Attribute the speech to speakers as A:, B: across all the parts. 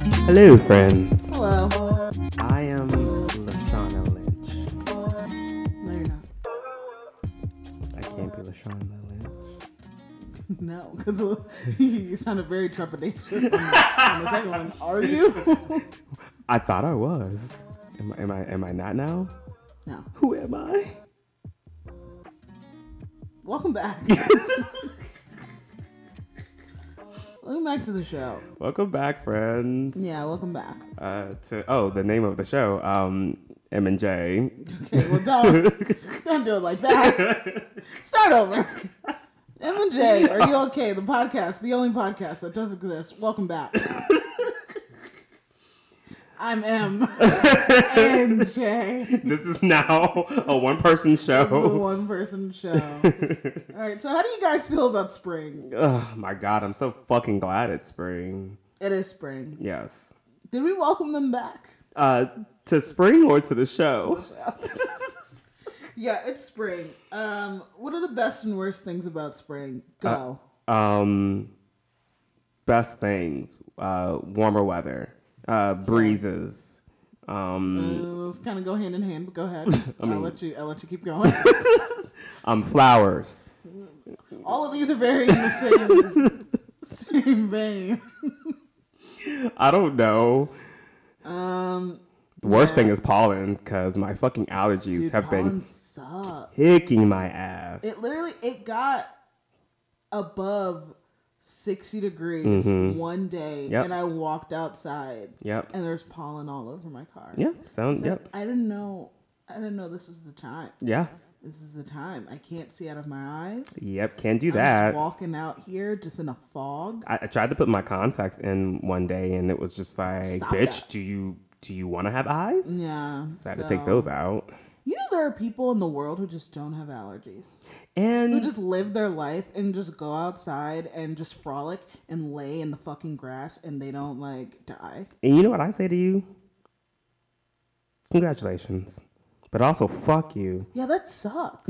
A: Hello, friends.
B: Hello.
A: I am Lashana Lynch.
B: No, you're not.
A: I can't be Lashana Lynch.
B: No, because you sounded very trepidatious on the, on the second one. Are you?
A: I thought I was. Am, I- am I? Am I not now?
B: no.
A: Who am I?
B: Welcome back. welcome back to the show.
A: Welcome back, friends.
B: Yeah, welcome back.
A: Uh, to oh, the name of the show. Um, M and J.
B: Okay, well don't don't do it like that. Start over. M and J, are you okay? The podcast, the only podcast that does exist. Welcome back. I'm M and J.
A: This is now a one-person
B: the
A: show.
B: one person show. All right, so how do you guys feel about spring?
A: Oh my god, I'm so fucking glad it's spring.
B: It is spring.
A: Yes.
B: Did we welcome them back?
A: Uh, to spring or to the show?
B: Yeah, it's spring. Um, what are the best and worst things about spring? Go.
A: um best things uh warmer weather uh breezes um
B: Uh, those kind of go hand in hand, but go ahead. I will let you. I'll let you keep going.
A: um flowers
B: All of these are very in the same same vein.
A: i don't know
B: Um,
A: the worst thing is pollen because my fucking allergies
B: dude,
A: have
B: pollen
A: been
B: sucks.
A: kicking my ass
B: It literally it got above sixty degrees one day,
A: Mm-hmm. Yep.
B: and I walked outside,
A: yep
B: and there's pollen all over my car.
A: yeah sound
B: It's like,
A: yep
B: I didn't know. I didn't know this was the time.
A: yeah
B: This is the time. I can't see out of my eyes.
A: yep can't do
B: I'm just
A: that
B: walking out here just in a fog.
A: I, I tried to put my contacts in one day and it was just like
B: Stop
A: bitch
B: that. Mm,
A: do you do you want to have eyes
B: Yeah.
A: so i had to take those out
B: You know there are people in the world who just don't have allergies. Who
A: and
B: just live their life and just go outside and just frolic and lay in the fucking grass and they don't like die.
A: And you know what I say to you? Congratulations. But also, fuck you.
B: Yeah, that sucks.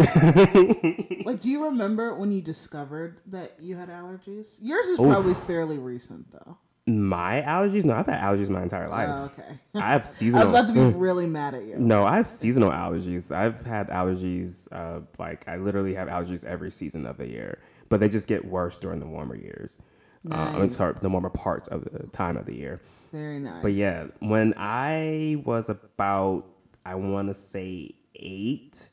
B: like, do you remember when you discovered that you had allergies? Yours is probably fairly recent, though.
A: My allergies? No, I've had allergies my entire life.
B: Oh, okay.
A: I have
B: I was
A: seasonal.
B: about to be really mad at you.
A: no, I have seasonal allergies. I've had allergies, uh, like, I literally have allergies every season of the year, but they just get worse during the warmer years. Uh, I'm
B: Nice.
A: sorry, the warmer parts of the time of the year.
B: Very nice.
A: But yeah, when I was about, I want to say eight,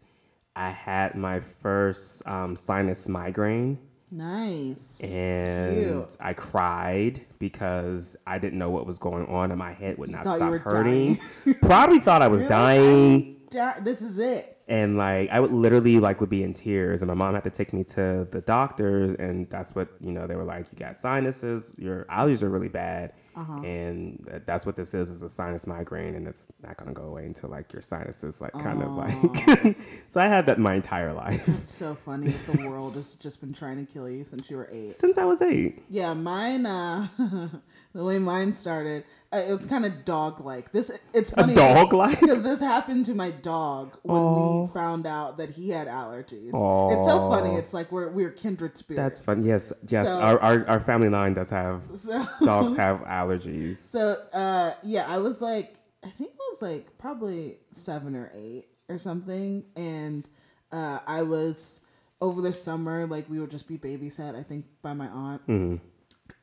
A: I had my first um, sinus migraine.
B: Nice.
A: and
B: Cute.
A: I cried because I didn't know what was going on, and my head would not
B: thought you
A: stop
B: were
A: hurting. Probably thought I was dying,
B: Di- This is it.
A: and like I would literally like would be in tears, and my mom had to take me to the doctor, and that's what you know they were like, you got sinuses, your allergies are really bad,
B: Uh-huh.
A: and th- that's what this is is a sinus migraine, and it's not gonna go away until like your sinuses like kind of like. so I had that my entire life
B: It's so funny that the world has just been trying to kill you since you were eight.
A: since I was eight.
B: Yeah, mine. Uh, the way mine started, uh, it was kind of dog-like. This it's funny.
A: Dog like.
B: Because this happened to my dog when
A: Aw.
B: we found out that he had allergies.
A: Aw.
B: It's so funny. It's like we're we're kindred spirits.
A: That's fun. Yes, yes.
B: So-
A: our, our our family line does have
B: So,
A: dogs have allergies.
B: so uh, yeah, I was like, I think it was like probably seven or eight or something, and uh, I was over the summer like we would just be babysat. I think by my aunt,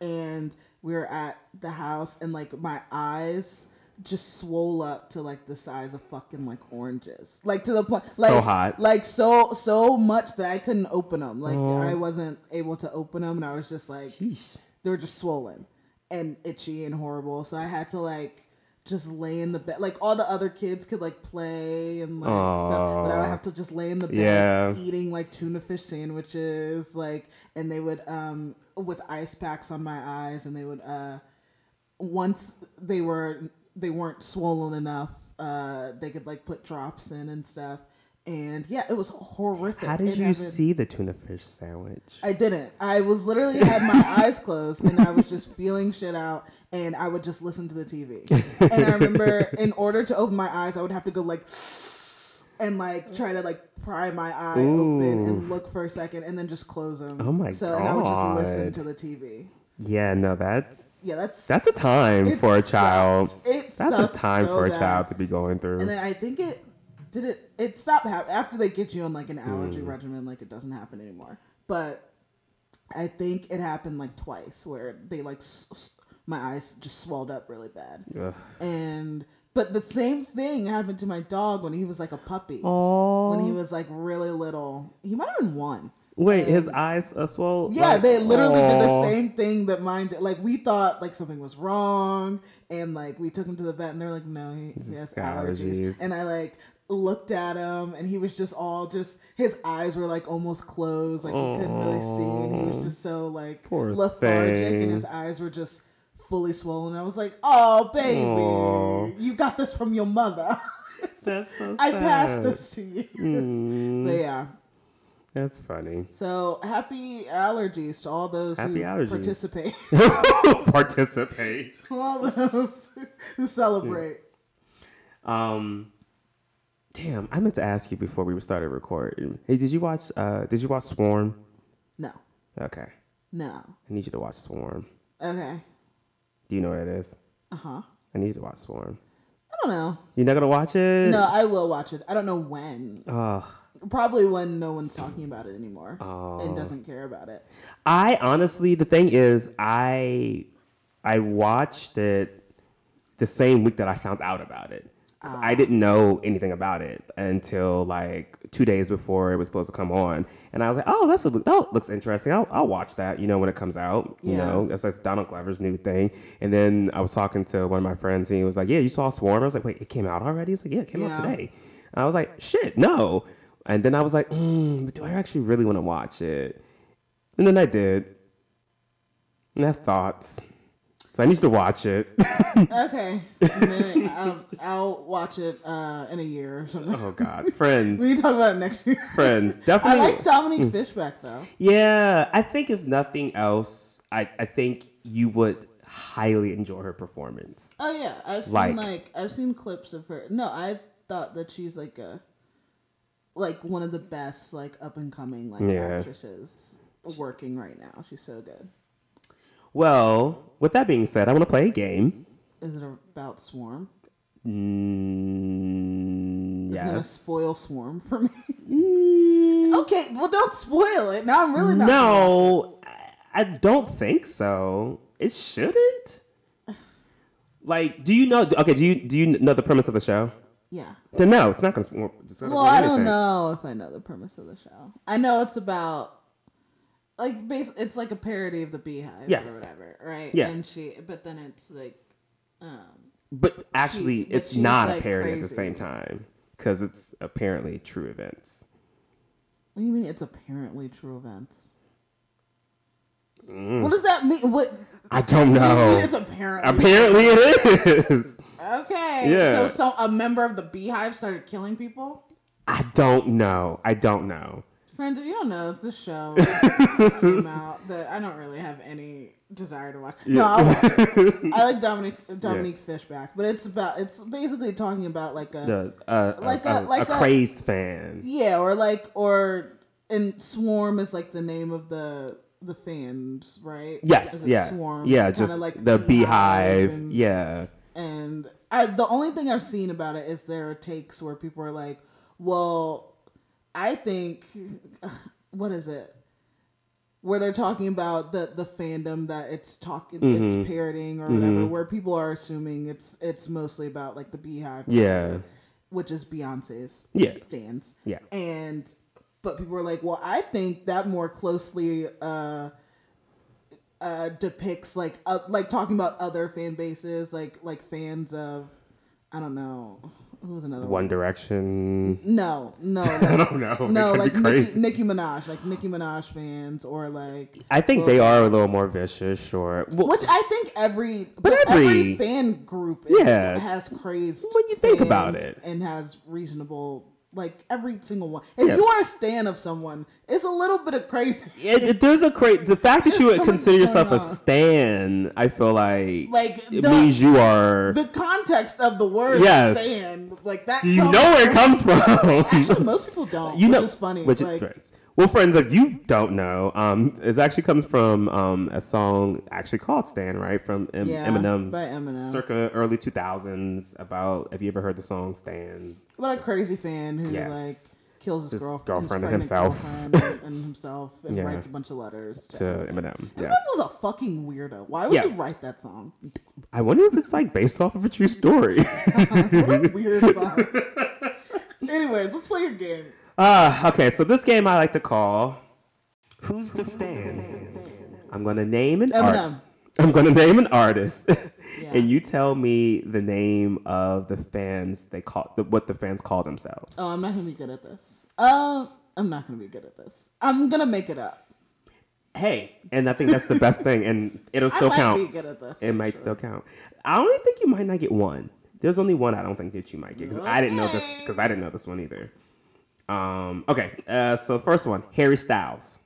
B: and we were at the house and like my eyes just swole up to like the size of fucking like oranges like to the point like
A: hot.
B: like so so much that i couldn't open them like i wasn't able to open them and i was just like they were just swollen and itchy and horrible so i had to like just lay in the bed like all the other kids could like play and like stuff but i would have to just lay in the bed
A: Yeah.
B: eating like tuna fish sandwiches like and they would um with ice packs on my eyes and they would uh once they were they weren't swollen enough uh they could like put drops in and stuff and yeah it was horrific
A: How did
B: It
A: you
B: happened-
A: see the tuna fish sandwich?
B: I didn't. I was literally had my eyes closed and I was just feeling shit out and I would just listen to the TV. And I remember in order to open my eyes, I would have to go like and like try to like pry my eye open and look for a second and then just close them.
A: Oh my
B: So and I would just
A: God.
B: listen to the TV.
A: Yeah, no, that's
B: Yeah, that's
A: that's a time
B: it
A: for a child.
B: sucked. It
A: That's a
B: sucked
A: time
B: so
A: for a
B: bad.
A: child to be going through.
B: And then I think it did it. It stopped happening after they get you on like an allergy regimen. Like it doesn't happen anymore. But I think it happened like twice where they like s- s- my eyes just swelled up really bad.
A: Ugh.
B: And but the same thing happened to my dog when he was like a puppy. When he was like really little, he might have been one.
A: Wait, his eyes are swollen.
B: Yeah,
A: Like,
B: they literally did the
A: aw.
B: same thing that mine did. Like we thought like something was wrong, and like we took him to the vet, and they're like, no, he, he has
A: Just
B: allergies.
A: allergies.
B: And I like looked at him, and he was just all just his eyes were like almost closed, like he couldn't really see, and he was just so like
A: Poor
B: lethargic,
A: thing.
B: and his eyes were just fully swollen. I was like, oh baby,
A: Aw.
B: you got this from your mother.
A: That's so sad.
B: I passed this to you.
A: Mm,
B: But yeah,
A: that's funny.
B: so happy allergies to all those
A: Happy
B: who
A: allergies.
B: participate,
A: Participate.
B: to all those who celebrate.
A: Um, damn, I meant to ask you before we started recording. Hey, did you watch? Uh, did you watch Swarm?
B: No,
A: Okay, I
B: no.
A: need you to watch Swarm.
B: Okay.
A: Do you know what it is?
B: Uh huh.
A: I need you to watch Swarm.
B: I don't know.
A: You're not gonna watch it?
B: No, I will watch it. I don't know when.
A: Ugh.
B: Probably when no one's talking about it anymore
A: Oh.
B: and doesn't care about it.
A: I honestly, the thing is, I I watched it the same week that I found out about it. 'Cause
B: Ah.
A: I didn't know anything about it until like two days before it was supposed to come on, and I was like, "Oh, that's a, oh, looks interesting. I'll, I'll watch that." You know, when it comes out, you
B: Yeah.
A: know, that's, that's Donald Glover's new thing. And then I was talking to one of my friends, and he was like, "Yeah, you saw Swarm?" I was like, "Wait, it came out already?" He's like, "Yeah, it came out
B: Yeah.
A: today." And I was like, "Shit, no." And then I was like, mm, but "Do I actually really want to watch it?" And then I did. And I have thoughts. So I need you to watch it.
B: Okay. Maybe I'll, I'll watch it uh, in a year or something.
A: oh God. Friends.
B: We can talk about it next year.
A: Friends.
B: I
A: Definitely.
B: like Dominique Fishback though.
A: yeah. I think if nothing else, I, I think you would highly enjoy her performance.
B: Oh yeah, I've seen
A: Like-
B: like, I've seen clips of her. No, I thought that she's like a like one of the best like up and coming like
A: Yeah.
B: actresses working right now. She's so good.
A: Well, with that being said, I want to play a game.
B: Is it about Swarm?
A: Mm,
B: It's gonna
A: yes.
B: spoil Swarm for me.
A: Mm,
B: okay, well don't spoil it. Now I'm really not. gonna-
A: no, I- I don't think so. It shouldn't. Like, do you know? Okay, do you do you know the premise of the show?
B: Yeah.
A: Then no, it's not going to. It's not
B: Well,
A: gonna
B: I
A: do
B: don't
A: anything.
B: know if I know the premise of the show. I know it's about like base. It's like a parody of the Beehive
A: Yes.
B: or whatever, right?
A: Yeah.
B: And she, but then it's like, um,
A: But actually,
B: She- but
A: it's
B: she's,
A: not a
B: like,
A: parody at the
B: crazy.
A: same time because it's apparently true events.
B: What do you mean it's apparently true events? What does that mean? What
A: I don't
B: what do you mean
A: know.
B: it's apparently
A: Apparently, it is.
B: okay.
A: Yeah.
B: So so a member of the beehive started killing people?
A: I don't know. I don't know.
B: Friends, if you don't know, it's a show that came out that I don't really have any desire to watch. No, I'll watch it. I like Dominic Dominique Fishback, but it's about it's basically talking about like a
A: The uh,
B: Like
A: a,
B: a-
A: a-
B: like
A: a
B: a-
A: crazed fan.
B: Yeah, or like or and swarm is like the name of the the fans, right?
A: Yes.
B: Is it
A: Yeah.
B: Swarm.
A: yeah.
B: Kinda
A: Just the beehive.
B: and,
A: yeah.
B: And I, the only thing I've seen about it is there are takes where people are like, "Well, I think what is it?" Where they're talking about the the fandom that it's talking,
A: Mm-hmm.
B: it's parodying or whatever. Where people are assuming it's it's mostly about like the beehive,
A: Yeah.
B: which is Beyonce's
A: Yeah.
B: stands.
A: Yeah.
B: And but people were like, well, I think that more closely uh, uh, depicts like uh, like talking about other fan bases, like like fans of I don't know who was another
A: One
B: one.
A: Direction.
B: No, no,
A: I
B: like,
A: don't know.
B: no,
A: it could
B: like
A: be crazy.
B: Nicki, Nicki Minaj, like Nicki Minaj fans, or like
A: I think they are a little more vicious, or well,
B: which I think every but,
A: every-
B: every, fan group is,
A: Yeah.
B: has crazed
A: When you think
B: fans
A: about it.
B: and has reasonable like every single one. If
A: Yeah.
B: you are a stan of someone, it's a little bit of crazy.
A: It, it- there's a cra The fact that you
B: There's
A: would
B: so
A: consider
B: much
A: yourself a
B: going on.
A: stan, I feel like,
B: Like,
A: it
B: the-
A: means you are.
B: The context of the word
A: Yes.
B: stan, like that.
A: Do you
B: comes
A: know where it
B: from-
A: comes from?
B: Actually, most people don't.
A: you know,
B: which is funny.
A: Which
B: like,
A: is, Well, friends, if you don't know, um, it actually comes from um, a song actually called "Stand," right? From M-
B: Yeah,
A: Eminem,
B: by Eminem.
A: circa early two thousands. About have you ever heard the song "Stand"?
B: What a crazy fan who
A: Yes.
B: like kills his,
A: His
B: girlf- his
A: girlfriend and
B: pregnant
A: himself.
B: girlfriend and, and himself and
A: Yeah.
B: writes a bunch of letters to,
A: To Eminem, yeah.
B: That was a fucking weirdo. Why would
A: Yeah.
B: you write that song?
A: I wonder if it's like based off of a true story.
B: What a weird song. Anyways, let's play your game.
A: Ah, okay. So this game I like to call "Who's the Stand." I'm gonna name an art-
B: Eminem.
A: I'm gonna name an artist,
B: Yeah.
A: and you tell me the name of the fans they call the, what the fans call themselves.
B: Oh, I'm not gonna be good at this. Uh, I'm not gonna be good at this. I'm gonna make it up.
A: Hey, and I think that's the best thing, and it'll still
B: I might
A: count.
B: be good at this.
A: It might still count. I only think you might not get one. There's only one I don't think that you might get because I didn't know this because I didn't know this one either. Um. Okay. Uh. So first one, Harry Styles.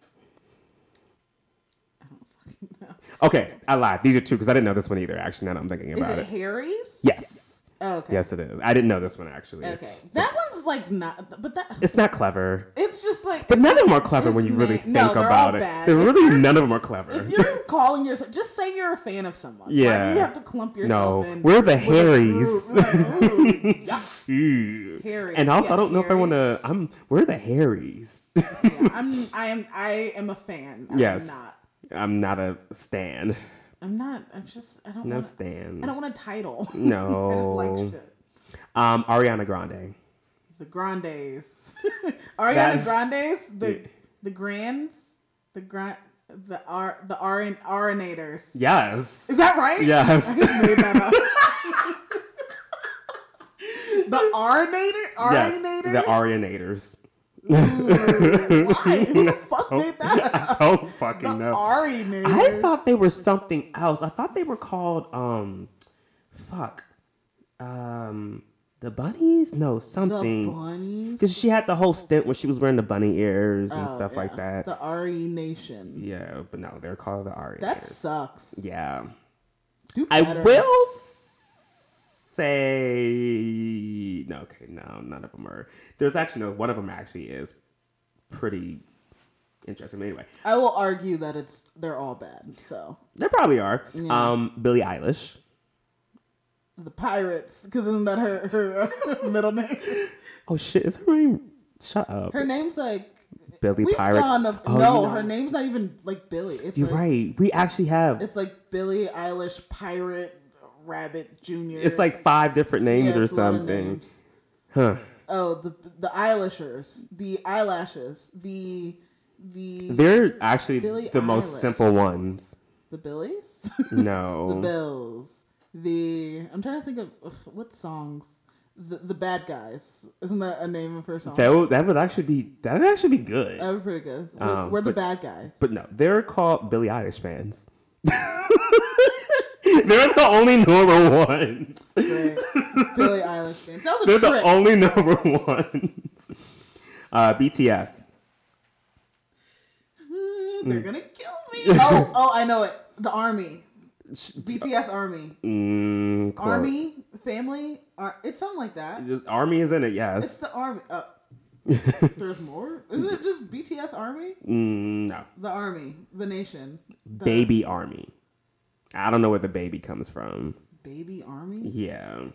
A: Okay, I lied. These are two because I didn't know this one either. Actually, now that I'm thinking
B: Is
A: about
B: it
A: it.
B: Harry's?
A: Yes.
B: Oh, okay.
A: Yes, it is. I didn't know this one actually.
B: Okay. That one's like not, but that
A: It's not clever,
B: it's just like
A: but none of them are clever
B: It's
A: when you really
B: na-
A: think
B: no, they're all
A: about it.
B: bad.
A: They're
B: If
A: really none of them are clever.
B: if you're calling yourself, just say you're a fan of someone. Why
A: Yeah.
B: do you have to clump yourself
A: No,
B: in?
A: we're the
B: with a
A: Harrys.
B: group? Like, ooh, yeah,
A: Ew.
B: Harry,
A: And also,
B: yeah,
A: I don't know if I want to.
B: Harrys.
A: I'm. We're the Harrys.
B: yeah, I'm, I am, I am a fan. I'm
A: Yes.
B: not.
A: I'm not a stan.
B: I'm not. I'm just. I don't.
A: No
B: want I
A: stan.
B: don't want a title. I just
A: No.
B: like shit.
A: Um, Ariana Grande.
B: The Grandes. Ariana
A: That's-
B: Grandes. The
A: Yeah.
B: the Grands. The Grand. The R. The R. Arinators.
A: Yes.
B: Is that right?
A: Yes.
B: I just made that up. the Arnator?
A: yes.
B: Arinators?
A: The Arianators.
B: Ooh, Why? Who the fuck made
A: Oh,
B: that up?
A: I don't
B: The
A: fucking know.
B: Arinators.
A: I thought they were something else. I thought they were called um, fuck, um, the bunnies. No,
B: the
A: something.
B: bunnies.
A: Because she had the whole stint where she was wearing the bunny ears and
B: Oh,
A: stuff like
B: yeah.
A: that.
B: The Ari Nation.
A: yeah, but no, they're called the Arianators.
B: That sucks.
A: yeah.
B: Do
A: I
B: better.
A: will s- say no. Okay, no, none of them are. There's actually no one of them actually is pretty interesting. But anyway,
B: I will argue that it's they're all bad. So
A: there probably are.
B: Yeah.
A: Um, Billie Eilish.
B: the pirates, because isn't that her her uh, middle name?
A: Oh shit, is her name? Shut up.
B: Her name's like
A: Billy
B: we've
A: Pirates.
B: gone of
A: Oh,
B: no.
A: you know-
B: Her name's not even like Billy. It's
A: You're
B: like,
A: right. We actually have. It's,
B: It's like Billie Eilish Pirate Rabbit Junior.
A: like five different
B: Yeah,
A: names or
B: it's a lot of
A: something.
B: names.
A: Huh.
B: Oh, the the eyelashers, the eyelashes, the the
A: They're actually
B: Billie
A: the
B: Eilish.
A: most simple ones.
B: the Billies, the
A: No.
B: Bills, the I'm trying to think of ugh, what songs. The, the bad guys isn't that a name of her song?
A: that would, that would actually be that would actually be good.
B: That was pretty good. We're,
A: Um,
B: we're the
A: but-
B: bad guys.
A: But no, they're called Billie Eilish fans. they're the only number ones.
B: Right. Billie Eilish fans. That was a
A: They're the
B: trick.
A: only number ones. Uh, BTS.
B: Mm, They're gonna kill me. Oh, oh, I know it. The army, BTS army,
A: Mm, close.
B: army family. Ar- it's something like that.
A: Army is in it,
B: It's
A: yes.
B: the army. Uh, there's more. Isn't it just BTS army?
A: Mm, no.
B: The army, the nation, the
A: baby army. I don't know where the baby comes from.
B: baby army.
A: Yeah.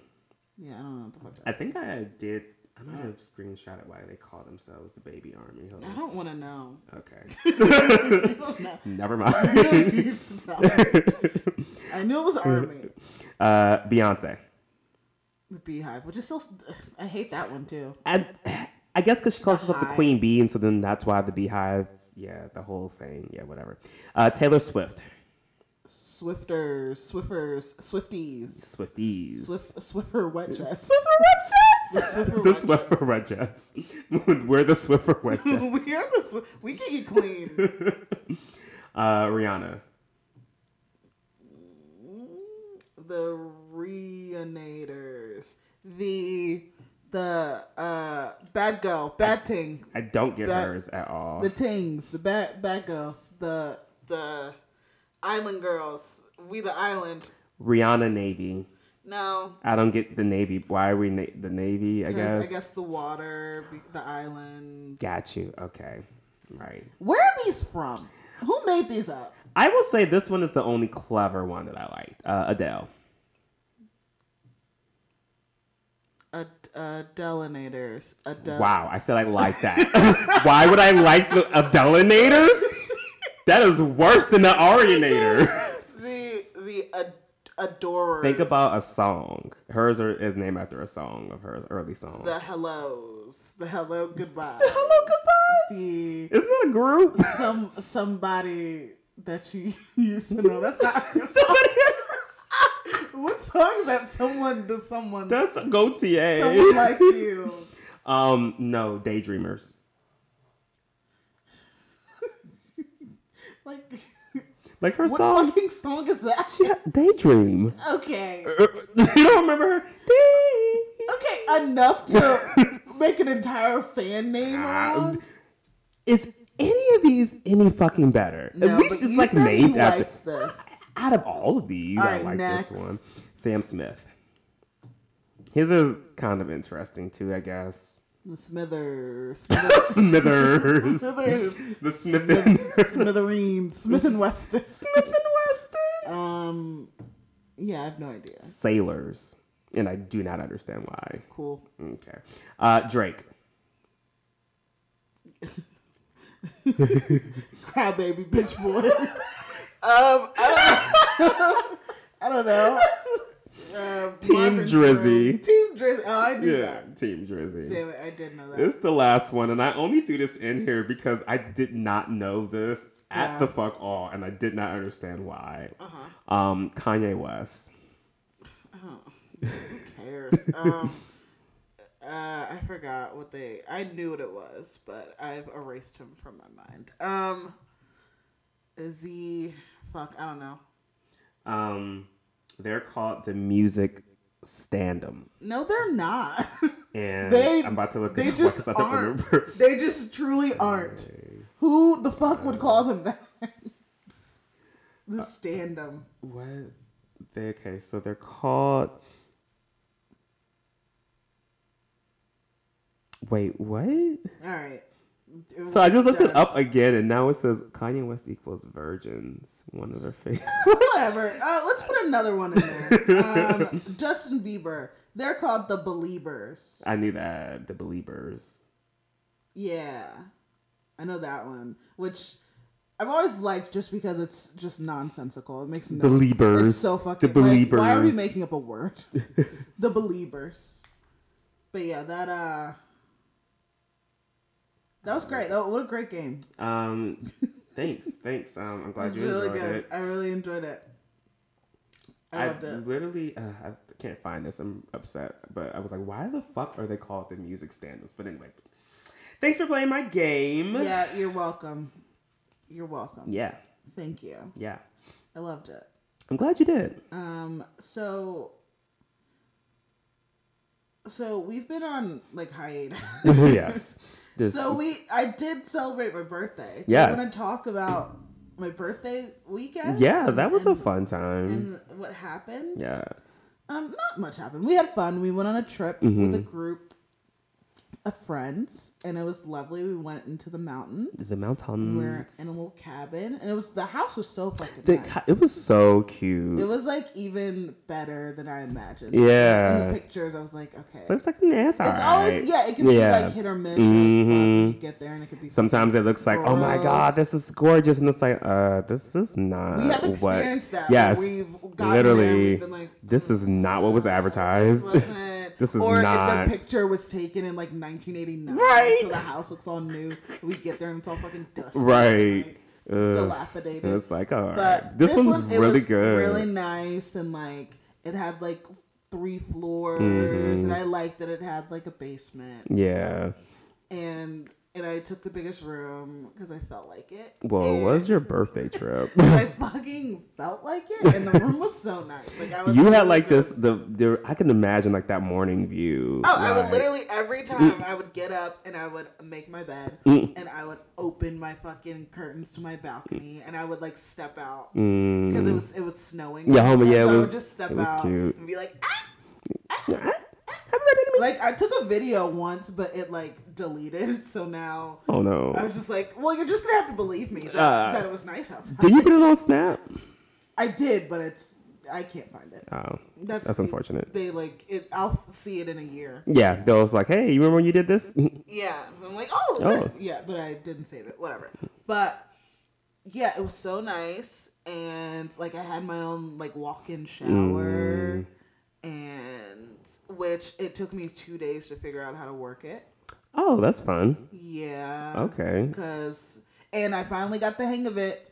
B: Yeah, I don't know what the fuck. That
A: I think I did. I might have screenshotted why they call themselves the baby army. Hold
B: I
A: on.
B: don't want to know.
A: Okay.
B: I don't know.
A: Never
B: I
A: mind.
B: don't need to know. I knew it was army.
A: Uh, Beyonce.
B: The beehive, which is still. ugh, I hate that one too.
A: And I guess because she calls herself the
B: Beehive.
A: queen bee, and so then that's why the beehive. Yeah, the whole thing. Yeah, whatever. Uh, Taylor Swift.
B: Swifters, Swiffers, Swifties,
A: Swifties.
B: Swift, Swiffer wet jets.
A: Swiffer
B: Swiffer
A: The
B: wet jets.
A: Swiffer Red Jets. We're the Swiffer Red
B: we
A: Jets.
B: are the Swi- we can get clean.
A: Uh, Rihanna.
B: the Rianators, the the uh bad girl, bad ting,
A: I don't get
B: That-
A: hers at all.
B: the tings, the bad bad girls, the the island girls. We the island.
A: Rihanna Navy.
B: No,
A: I don't get the Navy. Why are we na- the Navy? I
B: 'cause
A: guess.
B: I guess the water, be- the island.
A: Got you. Okay. Right.
B: Where are these from? Who made these up?
A: I will say this one is the only clever one that I liked. Uh, Adele.
B: Ad- uh, Adelinators. Adel-
A: Wow, I said I like that. Why would I like the Adelinators? That is worse than the Orionator.
B: The the ad- adorers.
A: Think about a song. Hers are, is named after a song of hers, early song.
B: the hellos. The hello goodbye.
A: Hello, goodbye.
B: The
A: Isn't that a group?
B: some somebody that you used to know. That's not
A: Somebody
B: what song is that? Someone does someone
A: That's a Gautier.
B: someone like you.
A: Um, no, Daydreamers.
B: Like
A: Like her
B: what
A: song,
B: fucking song is that?
A: Daydream.
B: Okay.
A: Uh, you don't remember her? Day-
B: Okay, enough to make an entire fan name
A: Ah,
B: around.
A: Is any of these any fucking better? At least
B: but
A: it's
B: you
A: like
B: said
A: named
B: you
A: after.
B: liked this.
A: Out of all of these,
B: All
A: I
B: right,
A: like
B: next.
A: this one. Sam Smith. His is kind of interesting too, I guess.
B: The Smithers,
A: Smithers.
B: Smithers,
A: the Smith.
B: Smithereen, Smith and Weston.
A: Smith and Western.
B: Um, yeah, I have no idea.
A: Sailors, and I do not understand why.
B: Cool.
A: Okay. Uh, Drake.
B: Crybaby bitch boy. um, I don't, I don't know. Um,
A: Team
B: Marvin's
A: Drizzy.
B: Room. Team Drizzy. Oh, I knew
A: Yeah,
B: that.
A: Team Drizzy.
B: Damn it, I did know that.
A: It's the last one, and I only threw this in here because I did not know this at
B: Yeah.
A: the fuck all, and I did not understand why.
B: Uh-huh.
A: Um, Kanye West.
B: Oh, who cares? um, uh, I forgot what they. I knew what it was, but I've erased him from my mind. Um, the fuck, I don't know.
A: Um, they're called the Music Standem,
B: No, they're not.
A: and
B: They-
A: I'm about to look.
B: they
A: at
B: just
A: I
B: aren't. they just truly aren't. Who the fuck would call them that? the standum.
A: What? They okay? So they're called. Wait, what?
B: All right.
A: So I just looked it
B: Done.
A: up again, and now it says Kanye West equals virgins. One of their favorites.
B: Whatever. Uh, let's put another one in there. Um, Justin Bieber. They're called the Believers.
A: I knew that the Believers.
B: Yeah, I know that one. Which I've always liked, just because it's just nonsensical. It makes no.
A: Believers.
B: It's so fucking.
A: The
B: like, why are we
A: Beliebers.
B: making up a word? the Believers. But yeah, that uh, that was great. That, what a great game.
A: Um, thanks, thanks. Um, I'm
B: It
A: glad
B: was
A: you
B: really
A: enjoyed
B: good.
A: it.
B: I really enjoyed it. I, loved it.
A: literally, uh, I can't find this. I'm upset, but I was like, why the fuck are they called the music standards? But anyway, thanks for playing my game.
B: Yeah, you're welcome. You're welcome.
A: yeah,
B: Thank you.
A: yeah.
B: I loved it.
A: I'm glad you did.
B: Um, so so we've been on like hiatus.
A: yes. This
B: so
A: is-
B: we I did celebrate my birthday. Do
A: Yes.
B: you want to talk about my birthday weekend?
A: Yeah,
B: and-
A: that was a
B: and-
A: fun time.
B: and what happened?
A: Yeah.
B: Um, not much happened. We had fun. We went on a trip with
A: Mm-hmm.
B: a group of friends, and it was lovely. We went into the mountains.
A: The
B: We were in a
A: mountains.
B: little cabin, and it was the house was so fucking
A: The,
B: nice.
A: ca- it was so cute.
B: It was like even better than I imagined. In
A: Yeah.
B: the pictures, I was like, okay.
A: so it's like, nah, it's
B: it's
A: alright.
B: always yeah. It can
A: Yeah.
B: be like hit or miss.
A: Mhm.
B: Like, fuck, you get there and it could be.
A: Sometimes it looks like, oh my god,
B: Gross.
A: this is gorgeous, and it's like, uh, this is not.
B: we have
A: what-
B: experienced that.
A: Yes,
B: we've gotten There,
A: literally,
B: we've been like,
A: this is not what was
B: this
A: advertised.
B: wasn't.
A: This is
B: or
A: not-
B: if the picture was taken in like 1989,
A: Right.
B: So the house looks all new. We get there and it's all fucking dusty,
A: right.
B: like,
A: Ugh.
B: dilapidated.
A: And it's like, all right,
B: But
A: this, one's
B: one, it
A: really
B: was
A: good.
B: Really nice and like it had like three floors and I liked that it had like a basement. and stuff.
A: Mm-hmm. yeah.
B: And and I took the biggest room because I felt like it.
A: Well,
B: and
A: it was your birthday trip?
B: I fucking felt like it, and the room was so nice. Like I was
A: you had
B: literally
A: like this.
B: just-
A: The, the I can imagine like that morning view.
B: Oh, I would
A: like-
B: literally
A: Mm.
B: every time I would get up and I would make my bed and I would open my fucking curtains to my balcony and I would like step out
A: Mm.
B: because it was it was snowing.
A: Yeah, homie, yeah, it
B: So I
A: was-
B: would just step
A: it was
B: out
A: cute.
B: and be like, ah,
A: Happy birthday to
B: Like I took a video once, but it like deleted. So now
A: Oh no.
B: I was just like, well, you're just gonna have to believe me that,
A: Uh,
B: that it was nice outside.
A: Did you get it on Snap?
B: I did, but it's I can't find it.
A: Oh,
B: That's
A: that's unfortunate.
B: They like it. I'll see it in a year.
A: Yeah, they was like, "Hey, you remember when you did this?"
B: Yeah, I'm like, oh,
A: Oh.
B: look. yeah, but I didn't save it. Whatever. But yeah, it was so nice, and like I had my own like walk-in
A: Mm.
B: shower, and which it took me two days to figure out how to work it.
A: oh, that's fun.
B: Yeah.
A: Okay.
B: Because and I finally got the hang of it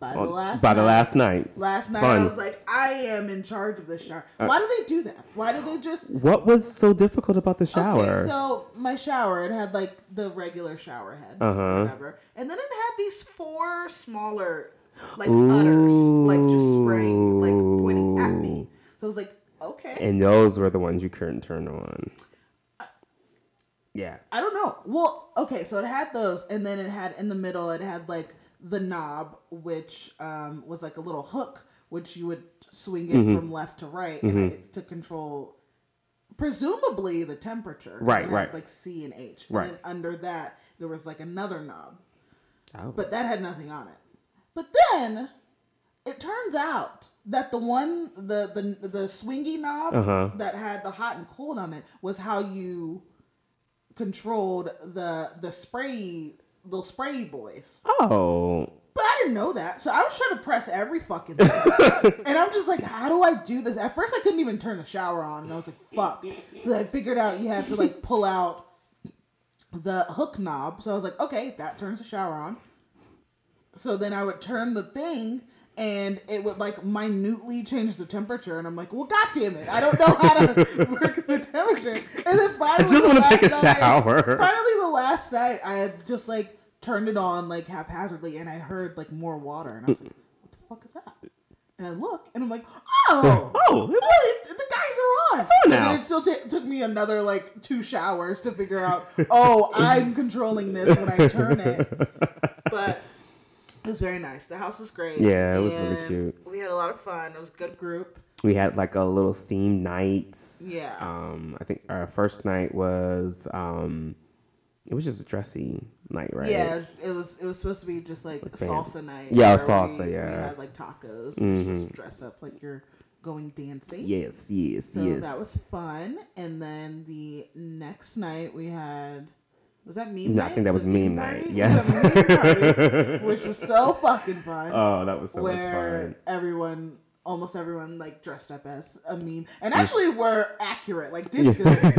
B: by the
A: Well,
B: last
A: Oh, by the
B: night.
A: last night.
B: Last night
A: Fun. Uh,
B: I was like, I am in charge of this shower. Why do they do that? Why do they just
A: What was so difficult about the shower?
B: Okay, so my shower, it had like the regular shower head, or
A: Uh-huh.
B: whatever, and then it had these four smaller, like udders, like just spraying, like pointing at me. So I was like, okay,
A: and those were the ones you couldn't turn on. Yeah.
B: I don't know. Well, okay, so it had those, and then it had in the middle, it had like the knob, which um, was like a little hook, which you would swing it
A: Mm-hmm.
B: from left to right and I, to control, presumably the temperature.
A: Right,
B: It had,
A: right.
B: Like C and H.
A: Right.
B: And then under that, there was like another knob,
A: Oh.
B: but that had nothing on it. But then it turns out that the one, the the the swingy knob
A: Uh-huh.
B: that had the hot and cold on it was how you controlled the the spray little spray boys.
A: oh.
B: But I didn't know that. So I was trying to press every fucking thing. and I'm just like, how do I do this? At first I couldn't even turn the shower on and I was like, fuck. So I figured out you had to like pull out the hook knob. So I was like, okay, that turns the shower on. So then I would turn the thing and it would like minutely change the temperature and I'm like, well god damn it, I don't know how to work the temperature. And then finally
A: I just
B: the
A: want to
B: last
A: take a
B: night-
A: shower.
B: Finally, the last night, I had just like turned it on like haphazardly, and I heard like more water, and I was like, "What the fuck is that?" And I look, and I'm like, "Oh,
A: Oh, it
B: oh, it- the guys are on."
A: on
B: And
A: now.
B: then it still ta- took me another like two showers to figure out. Oh, I'm controlling this when I turn it, but. It was very nice. The house was great.
A: Yeah, it was really
B: and
A: cute.
B: We had a lot of fun. It was a good group.
A: we had like a little theme nights.
B: Yeah.
A: Um, I think our first night was um, it was just a dressy night, right?
B: Yeah, it was it was supposed to be just like
A: fam-
B: salsa night.
A: Yeah,
B: where
A: salsa,
B: We, we
A: yeah. Mm-hmm.
B: had like tacos. And You're supposed to dress up like you're going dancing.
A: Yes. Yes.
B: So
A: yes.
B: that was fun. And then the next night we had. Was that meme
A: No, I
B: night?
A: think that was
B: The
A: meme
B: party?
A: night,
B: We
A: yes.
B: had a meme party, which was so fucking fun.
A: oh, that was so much fun.
B: where everyone, almost everyone, like dressed up as a meme, and actually were accurate. Like did good. like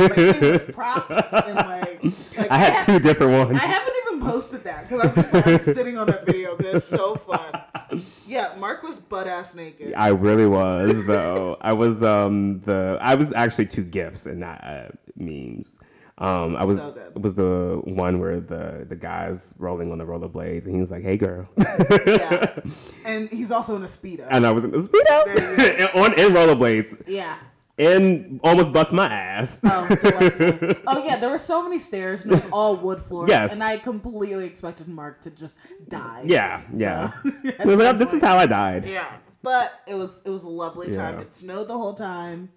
B: they were props and like. like
A: I had two different ones.
B: I haven't even posted that because I'm just like I'm sitting on that video because it's so fun. Yeah, Mark was butt ass naked.
A: I really was though. I was um the I was actually two gifts and not uh, memes. Um, I was
B: So good.
A: was the one where the the guys rolling on the rollerblades and he was like, "Hey girl,"
B: Yeah, and he's also in a speedo.
A: and I was in the speedo on in rollerblades
B: yeah.
A: and almost bust my ass.
B: Oh, delightful. oh yeah, there were so many stairs and it was all wood floors.
A: Yes.
B: and I completely expected Mark to just die.
A: yeah, yeah.
B: At
A: I was like,
B: some
A: "Oh, this is
B: point.
A: how I died.
B: Yeah, but it was it was a lovely time.
A: Yeah.
B: It snowed the whole time,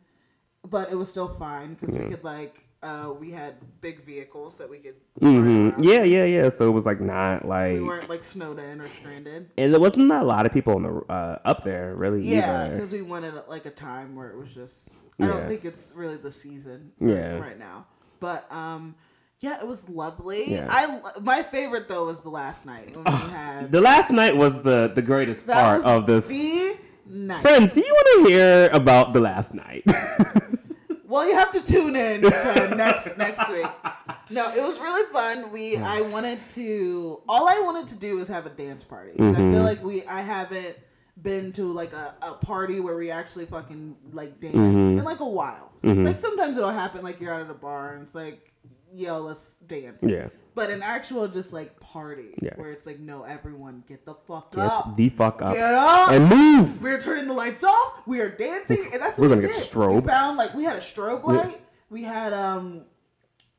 B: but it was still fine because
A: Mm-hmm.
B: we could like uh, we had big vehicles that we could. ride
A: Mhm.
B: around.
A: Yeah, yeah, yeah. So it was like not like,
B: We weren't like snowed in or stranded.
A: and there wasn't a lot of people on the uh, up there really
B: Yeah,
A: either.
B: because we wanted like a time where it was just. I
A: Yeah.
B: don't think it's really the season.
A: Yeah.
B: Right now, but um, yeah, it was lovely.
A: Yeah.
B: I lo- my favorite though was the last night when we had
A: The last night was the the greatest
B: that
A: part
B: was
A: of this.
B: the night.
A: Friends, do you want to hear about the last night?
B: Well, you have to tune in to next next week. No, it was really fun. We I wanted to all I wanted to do was have a dance party. 'Cause I
A: Mm-hmm.
B: feel like we I haven't been to like a, a party where we actually fucking like dance
A: Mm-hmm.
B: in like a while. Like sometimes it'll happen like you're out at a bar and it's like, yo, let's dance.
A: Yeah.
B: But an actual just like party
A: Yeah.
B: where it's like, no, everyone get the fuck up.
A: the fuck up.
B: Get up.
A: And move.
B: We are turning the lights off. We are dancing, and that's what
A: We're
B: we
A: gonna get
B: did.
A: strobe.
B: We found like we had a strobe light. We had um,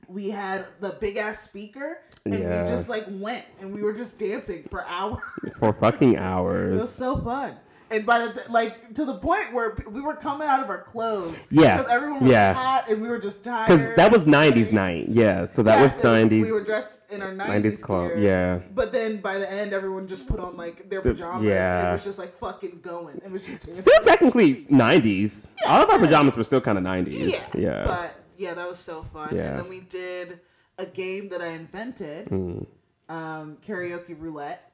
B: we had the big ass speaker, and
A: Yeah.
B: we just like went and we were just dancing for hours.
A: For fucking
B: it was
A: hours.
B: so fun. and by the t- like to the point where p- we were coming out of our clothes.
A: Yeah.
B: because everyone was
A: Yeah.
B: hot and we were just tired.
A: Because that was
B: and
A: '90s
B: sweaty.
A: night. Yeah, so that
B: Yeah,
A: was
B: it was-
A: '90s.
B: We were dressed in our
A: 90s
B: nineties
A: club,
B: clothes.
A: yeah.
B: But then by the end, everyone just put on like their pajamas. Yeah.
A: yeah.
B: It was just like fucking going. It was just
A: still technically '90s. All of our pajamas were still kind of '90s.
B: yeah.
A: Yeah.
B: But yeah, that was so
A: Yeah.
B: fun.
A: Hmm.
B: And then we did a game that I invented, um, karaoke roulette.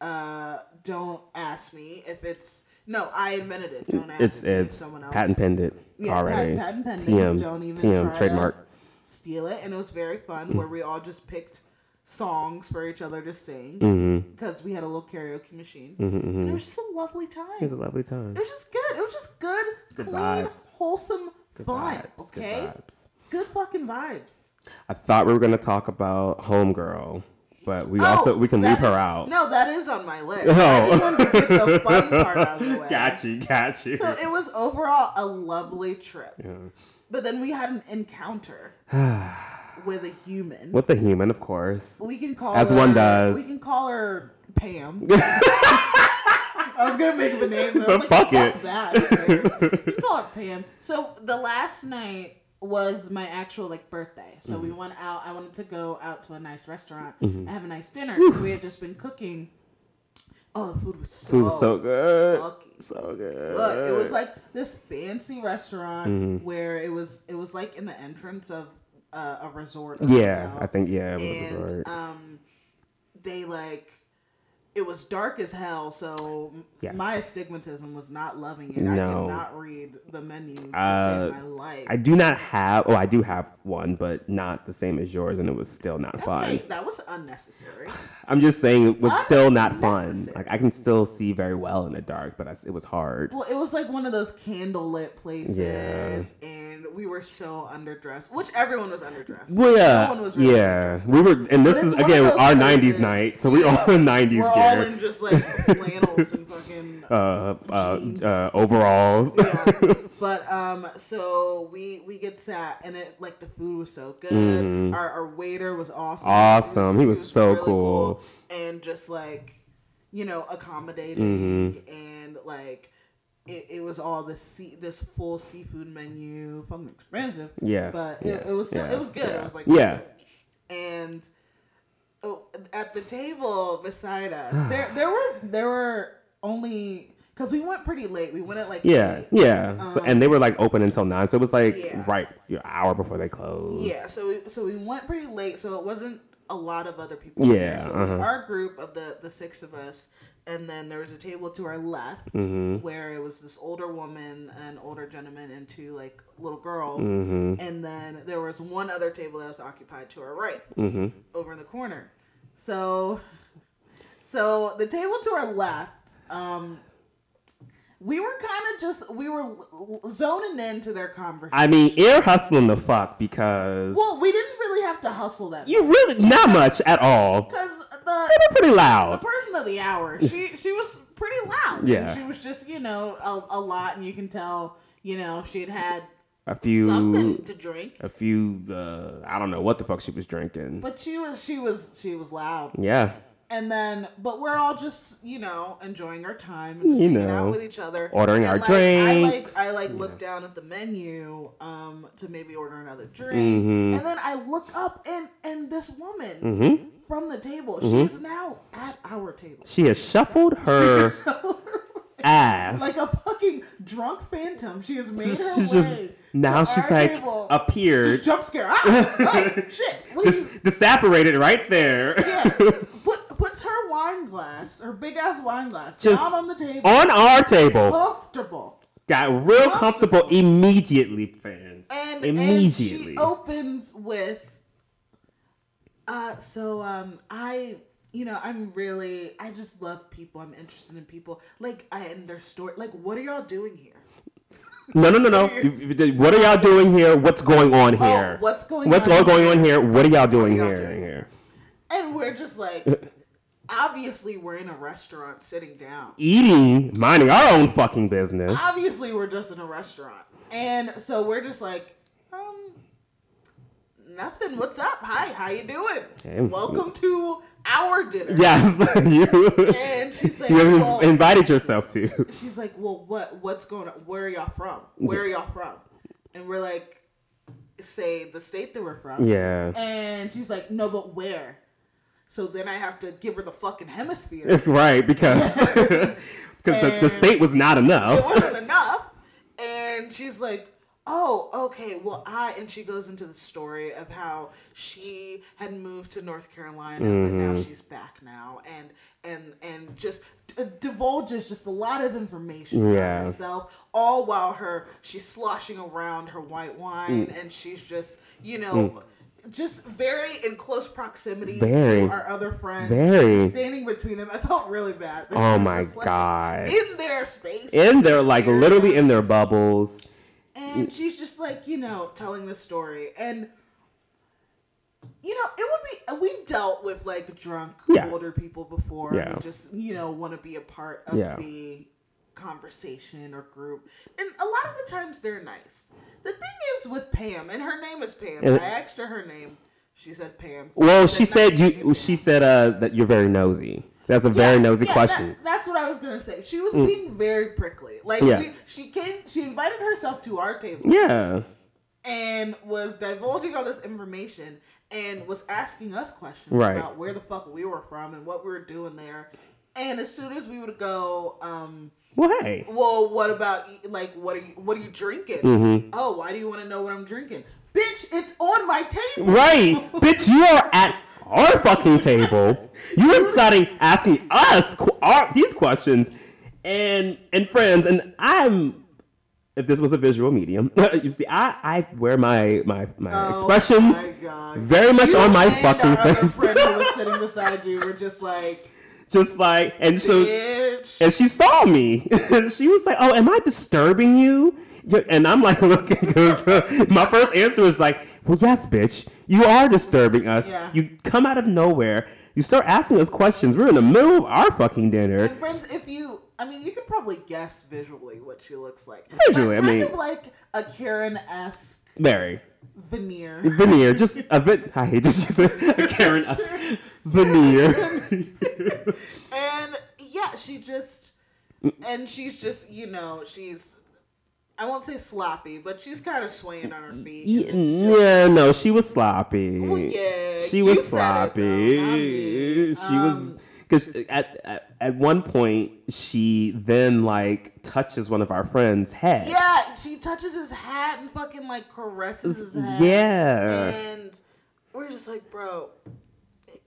B: Uh, don't ask me if it's no, I invented it. Don't ask
A: it's
B: me if
A: it's
B: someone else
A: patent pendant
B: Yeah,
A: already.
B: patent- patent pending.
A: TM
B: Don't even
A: TM
B: try
A: trademark. Hmm.
B: to- steal it and it was very fun where we all just picked songs for each other to sing
A: Mm-hmm.
B: because we had a little karaoke machine And it was just a lovely time
A: It was
B: it
A: a lovely time.
B: was just good it was just good
A: Good
B: clean
A: vibes.
B: wholesome
A: Good
B: fun
A: vibes, good
B: okay good,
A: vibes.
B: fucking vibes
A: I thought we were gonna talk about Homegirl, but we also
B: Oh,
A: we can
B: that
A: leave her
B: is-
A: out.
B: no that is on my list I just
A: Oh.
B: wanted to get the fun part out of the way
A: got you, got you.
B: so it was overall a lovely trip
A: Yeah.
B: but then we had an encounter with a human
A: With the human, of course.
B: We can call
A: As
B: her,
A: one does.
B: We can call her Pam. I was gonna make up a name. But I was like,
A: Fuck
B: fuck,
A: it.
B: that. who cares? We can call her Pam. So the last night was my actual like birthday. So
A: Mm-hmm.
B: we went out. I wanted to go out to a nice restaurant and have a nice dinner. We had just been cooking. Oh, the food was so.
A: Food was so good,
B: fucking
A: so good.
B: Look, it was like this fancy restaurant
A: Mm-hmm.
B: where it was. It was like in the entrance of uh, a resort. or
A: yeah,
B: hotel
A: I think yeah, it was a
B: and
A: resort.
B: um, they like it was dark as hell. So m-
A: Yes.
B: my astigmatism was not loving it. I
A: No.
B: could not read the menu to
A: Uh,
B: save my life.
A: I do not have. Oh, I do have one, but not the same as yours, and it was still not fun.
B: Okay, that was unnecessary.
A: I'm just saying it was still not fun.
B: Unnecessary.
A: Like I can still see very well in the dark, but I s it was hard.
B: Well, it was like one of those candlelit places,
A: Yeah.
B: and we were so underdressed, which everyone was underdressed.
A: Well, yeah,
B: no one was really
A: yeah. We were, and this
B: But
A: is
B: it's one
A: again
B: of those
A: our '90s
B: places-
A: night, so we all in '90s
B: We're all
A: gear.
B: in just like flannels and fucking
A: uh, uh,
B: jeans. Um,
A: uh, overalls.
B: yeah. But um, so we we get sat and it like the food was so good. Our, our waiter was awesome.
A: Mm-hmm. Awesome. He was so cool.
B: and just like you know accommodating
A: Mm-hmm.
B: and like. It, it was all the sea, this full seafood menu, fucking expensive.
A: Yeah,
B: but it,
A: yeah,
B: it was still,
A: yeah,
B: it was good.
A: yeah.
B: It was like
A: Yeah.
B: and oh, at the table beside us, there there were there were only because we went pretty late. We went at like
A: Yeah,
B: eight.
A: yeah. so, and they were like open until nine, so it was like
B: um, Yeah.
A: right an hour before they closed.
B: Yeah, so we, so we went pretty late, so it wasn't a lot of other people. there.
A: Yeah,
B: so it was
A: uh-huh.
B: our group of the the six of us, and then there was a table to our left
A: Mm-hmm.
B: where it was this older woman, an older gentleman, and two like little girls,
A: Mm-hmm.
B: and then there was one other table that was occupied to our right,
A: Mm-hmm.
B: over in the corner. So, so the table to our left. Um, we were kind of just we were l- l- zoning into their conversation.
A: I mean, ear hustling the fuck because
B: Well, we didn't really have to hustle that
A: you really not much at all.
B: because
A: They
B: the
A: were pretty
B: the
A: loud.
B: person of the hour, she she was pretty loud. and
A: Yeah.
B: she was just you know a, a lot, and you can tell you know she had had
A: A few,
B: something to drink,
A: a few. Uh, I don't know what the fuck she was drinking.
B: but she was she was she was loud.
A: yeah,
B: And then, but we're all just you know enjoying our time and just
A: You
B: hanging
A: know,
B: out with each other,
A: ordering
B: And,
A: our
B: like, I like
A: drinks.
B: I like look down at the menu um to maybe order another drink,
A: Mm-hmm.
B: and then I look up and and this woman from the table,
A: Mm-hmm.
B: she's now at our table.
A: she has shuffled her ass.
B: like a fucking drunk phantom. She has made her
A: she's
B: way.
A: just now
B: to
A: she's
B: our
A: like
B: table.
A: appeared,
B: jump scare. Ah, ah, shit. What
A: dis-
B: do you-
A: disapparated right there.
B: yeah. Put, puts her wine glass, her big ass wine glass,
A: Just
B: down on the table,
A: on our table.
B: comfortable,
A: Got real comfortable immediately, fans.
B: and and
A: immediately.
B: she opens with, uh, so um, I. You know, I'm really, I just love people. I'm interested in people. Like, I, and their story. Like, what are y'all doing here?
A: no, no, no, no. You- you did- What are y'all doing here? What's going on here?
B: Oh, what's going
A: What's
B: on
A: all going on here? What are y'all doing
B: y'all
A: here?
B: doing
A: here?
B: And we're just like, obviously, we're in a restaurant sitting down.
A: Eating, minding our own fucking business.
B: Obviously, we're just in a restaurant. And so we're just like, um, nothing. What's up? Hi, how you doing?
A: Hey.
B: Welcome to our dinner.
A: Yes, you,
B: And she's like,
A: you haven't
B: well,
A: invited yourself to.
B: she's like, well, what what's going on? Where are y'all from? Where are y'all from? And we're like, say the state that we're from.
A: Yeah.
B: And she's like, no, but where? So then I have to give her the fucking hemisphere. it
A: Right, because because the, the
B: And-
A: state was not enough.
B: wasn't enough. And she's like, oh, okay, well, I. And she goes into the story of how she had moved to North Carolina, but
A: Mm-hmm.
B: now she's back now, and and and just d- divulges just a lot of information
A: Yeah.
B: about herself, all while her she's sloshing around her white wine,
A: Mm.
B: and she's just you know. Just very in close proximity
A: Very.
B: to our other friends.
A: Very.
B: Just standing between them. I felt really bad. that
A: Oh
B: she was
A: my
B: just, like,
A: God.
B: In their space.
A: In their like literally in their bubbles.
B: And she's just like, you know, telling the story. And, you know, it would be, uh, we've dealt with like drunk
A: Yeah.
B: older people before
A: Yeah.
B: who just, you know, want to be a part of
A: Yeah.
B: the conversation or group. And a lot of the times they're nice. The thing is with Pam, and her name is Pam.
A: And-
B: I asked her her name. She said Pam. I
A: Well, she said
B: nice to meet
A: you. She said uh, that you're very nosy. That's a very
B: yeah,
A: nosy
B: yeah,
A: question. Mm.
B: that- that's what I was gonna say. She was being very prickly. Like
A: Yeah.
B: we, she came, she invited herself to our table.
A: yeah.
B: and was divulging all this information and was asking us questions
A: Right.
B: about where the fuck we were from and what we were doing there. And as soon as we would go, um,
A: Well, hey.
B: well, what about you- like what are you what are you drinking?
A: Mm-hmm.
B: Oh, why do you want to know what I'm drinking? Bitch, it's on my table.
A: Right, bitch, you are at our fucking table. You are starting asking us qu- our, these questions, and and friends, and I'm. If this was a visual medium, you see, I, I wear my my my expressions
B: Oh my God.
A: very much
B: You
A: on my
B: and
A: fucking
B: our other
A: face,
B: friend who was sitting beside you were just like,
A: just like and so
B: bitch.
A: and she saw me. she was like, "Oh, am I disturbing you?" You're- And I'm like, looking because my first answer was like, "Well, yes, bitch, you are disturbing us.
B: Yeah.
A: You come out of nowhere. You start asking us questions. We're in the middle of our fucking dinner."
B: And friends, if you, I mean, you could probably guess visually what she looks like.
A: Visually, I
B: but kind
A: mean-
B: of like a Karen esque
A: Mary,
B: veneer.
A: veneer, just a bit. I hate to use a Karen us veneer.
B: And yeah, she just, and she's just, you know, she's, I won't say sloppy, but she's kind of swaying on her feet. and it's just-
A: yeah, no, she was sloppy.
B: Well, yeah,
A: she
B: you
A: was
B: said it,
A: sloppy.
B: though, not me.
A: she
B: Um,
A: was because at, at at one point she then like touches one of our friends' head.
B: Yeah, she touches his hat and fucking like caresses his head.
A: Yeah.
B: and we're just like, bro,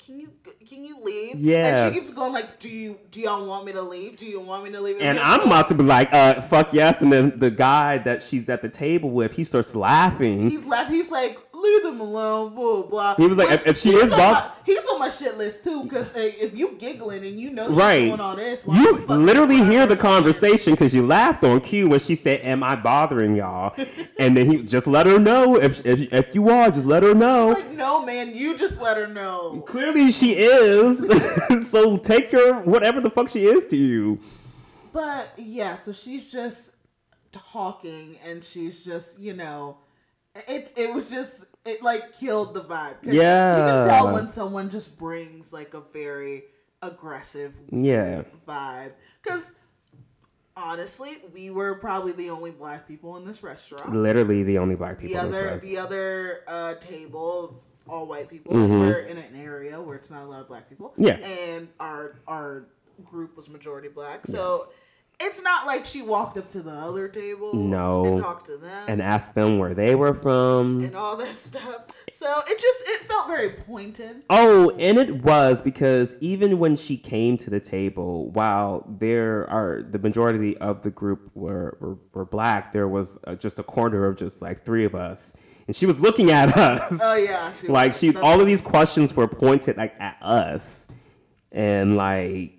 B: can you can you leave?
A: Yeah.
B: And she keeps going like, do you do y'all want me to leave? Do you want me to leave?
A: And
B: we-
A: I'm about to be like, uh, fuck yes. And then the guy that she's at the table with, he starts laughing.
B: He's left. He's like, leave them alone. Blah blah.
A: He was like, if- if she
B: he's
A: is
B: on
A: bald-
B: my- he's on my shit list too. Because if you giggling and you know she's
A: Right.
B: doing all this, why
A: You
B: fucking
A: literally
B: around
A: hear
B: with
A: the
B: her?
A: conversation because you laughed on cue when she said, "Am I bothering y'all?" and then he just let her know if if, if you are, just let her know.
B: Like, no, man, you just let her know.
A: Clearly, she is. so take her whatever the fuck she is to you.
B: But yeah, so she's just talking, and she's just you know, it it was just it like killed the vibe. 'Cause you
A: Yeah.
B: can tell when someone just brings like a very aggressive
A: Yeah.
B: vibe. Because honestly, we were probably the only black people in this restaurant.
A: Literally, the only black people.
B: The
A: in this
B: other
A: rest-
B: the other uh, table, it's all white people. We're in an area where it's not a lot of black people.
A: Mm-hmm. Yeah.
B: and our our group was majority black, so. It's not like she walked up to the other table
A: No.
B: and talked to them
A: and
B: and,
A: asked them where they were from.
B: all that stuff. So it just it felt very pointed.
A: Oh, and it was because even when she came to the table, while there are the majority of the group were were, were black, there was uh just a corner of just like three of us, and she was looking at us.
B: Oh yeah, she
A: like
B: was.
A: she
B: That's-
A: all of these questions were pointed like at us and like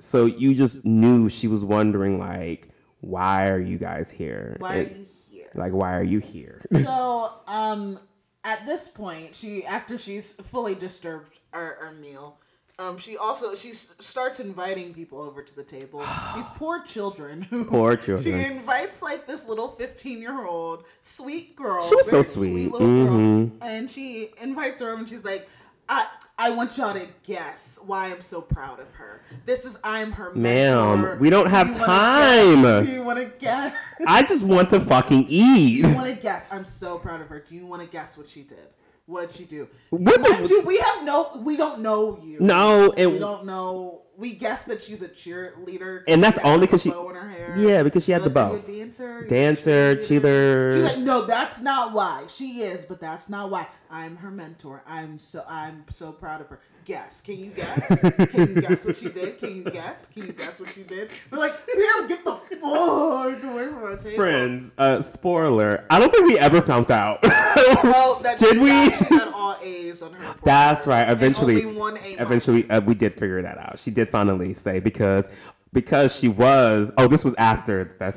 A: so you just knew she was wondering like why are you guys here
B: Why are
A: And,
B: you here?
A: like why are you here
B: So, um, at this point, she after she's fully disturbed our, our meal, um, she also she s- starts inviting people over to the table. These poor children. Who
A: Poor
B: She
A: children.
B: invites like this little fifteen-year-old sweet girl.
A: She was so
B: very
A: sweet. Mm-hmm.
B: little girl, and she invites her over, and she's like, "I." I want y'all to guess why I'm so proud of her. This is I'm her
A: Ma'am,
B: mentor.
A: we don't
B: Do
A: have
B: you wanna
A: time.
B: guess? Do you want to guess?
A: I just want to fucking eat.
B: Do you want to guess? I'm so proud of her. Do you want to guess what she did? What'd she do?
A: What the-
B: Mind you, we have no. We don't know you.
A: No,
B: we
A: and
B: don't know. We guessed that she's a cheerleader,
A: And that's
B: She had
A: only
B: the
A: 'cause she-
B: bow in her hair.
A: yeah, because she had
B: Like,
A: the
B: Are you
A: bow.
B: a dancer? Are you a
A: Dancer,
B: cheerleader? She's
A: cheater.
B: like, no, that's not why she is, but that's not why I'm her mentor. I'm so I'm so proud of her. Guess? Can you guess? Can you guess what she did? Can you guess? Can you guess what she did? We're like, Pierre, get the fuck away from our table.
A: Friends, uh, spoiler. I don't think we ever found out.
B: Well, that
A: Did
B: she
A: we?
B: got- She had all A's on her. report
A: That's
B: card,
A: right.
B: and
A: Eventually,
B: only one A.
A: eventually,
B: minus.
A: uh, we did figure that out. She did finally say because because she was. Oh, this was after that.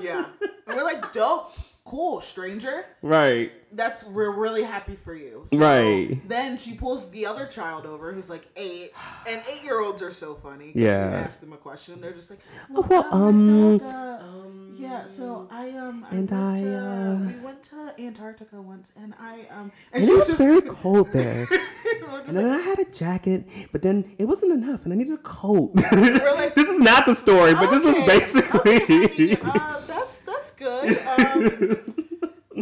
B: yeah. And we're like, dope, cool, stranger.
A: right.
B: that's we're really happy for you. So
A: Right.
B: Then she pulls the other child over, who's like eight, and eight year olds are so funny. 'cause
A: Yeah.
B: You ask them a question, they're just like,
A: Oh,
B: well,
A: well, um,
B: um, um, yeah. So I um, I
A: and
B: went
A: I,
B: to,
A: uh,
B: we went to Antarctica once, and I um,
A: And
B: she
A: it was
B: just-
A: very cold there.
B: we're just
A: And then
B: like,
A: I had a jacket, but then it wasn't enough, and I needed a coat.
B: like-
A: this is not the story, but this was
B: Okay,
A: basically.
B: okay, honey, uh, that's that's good. Um,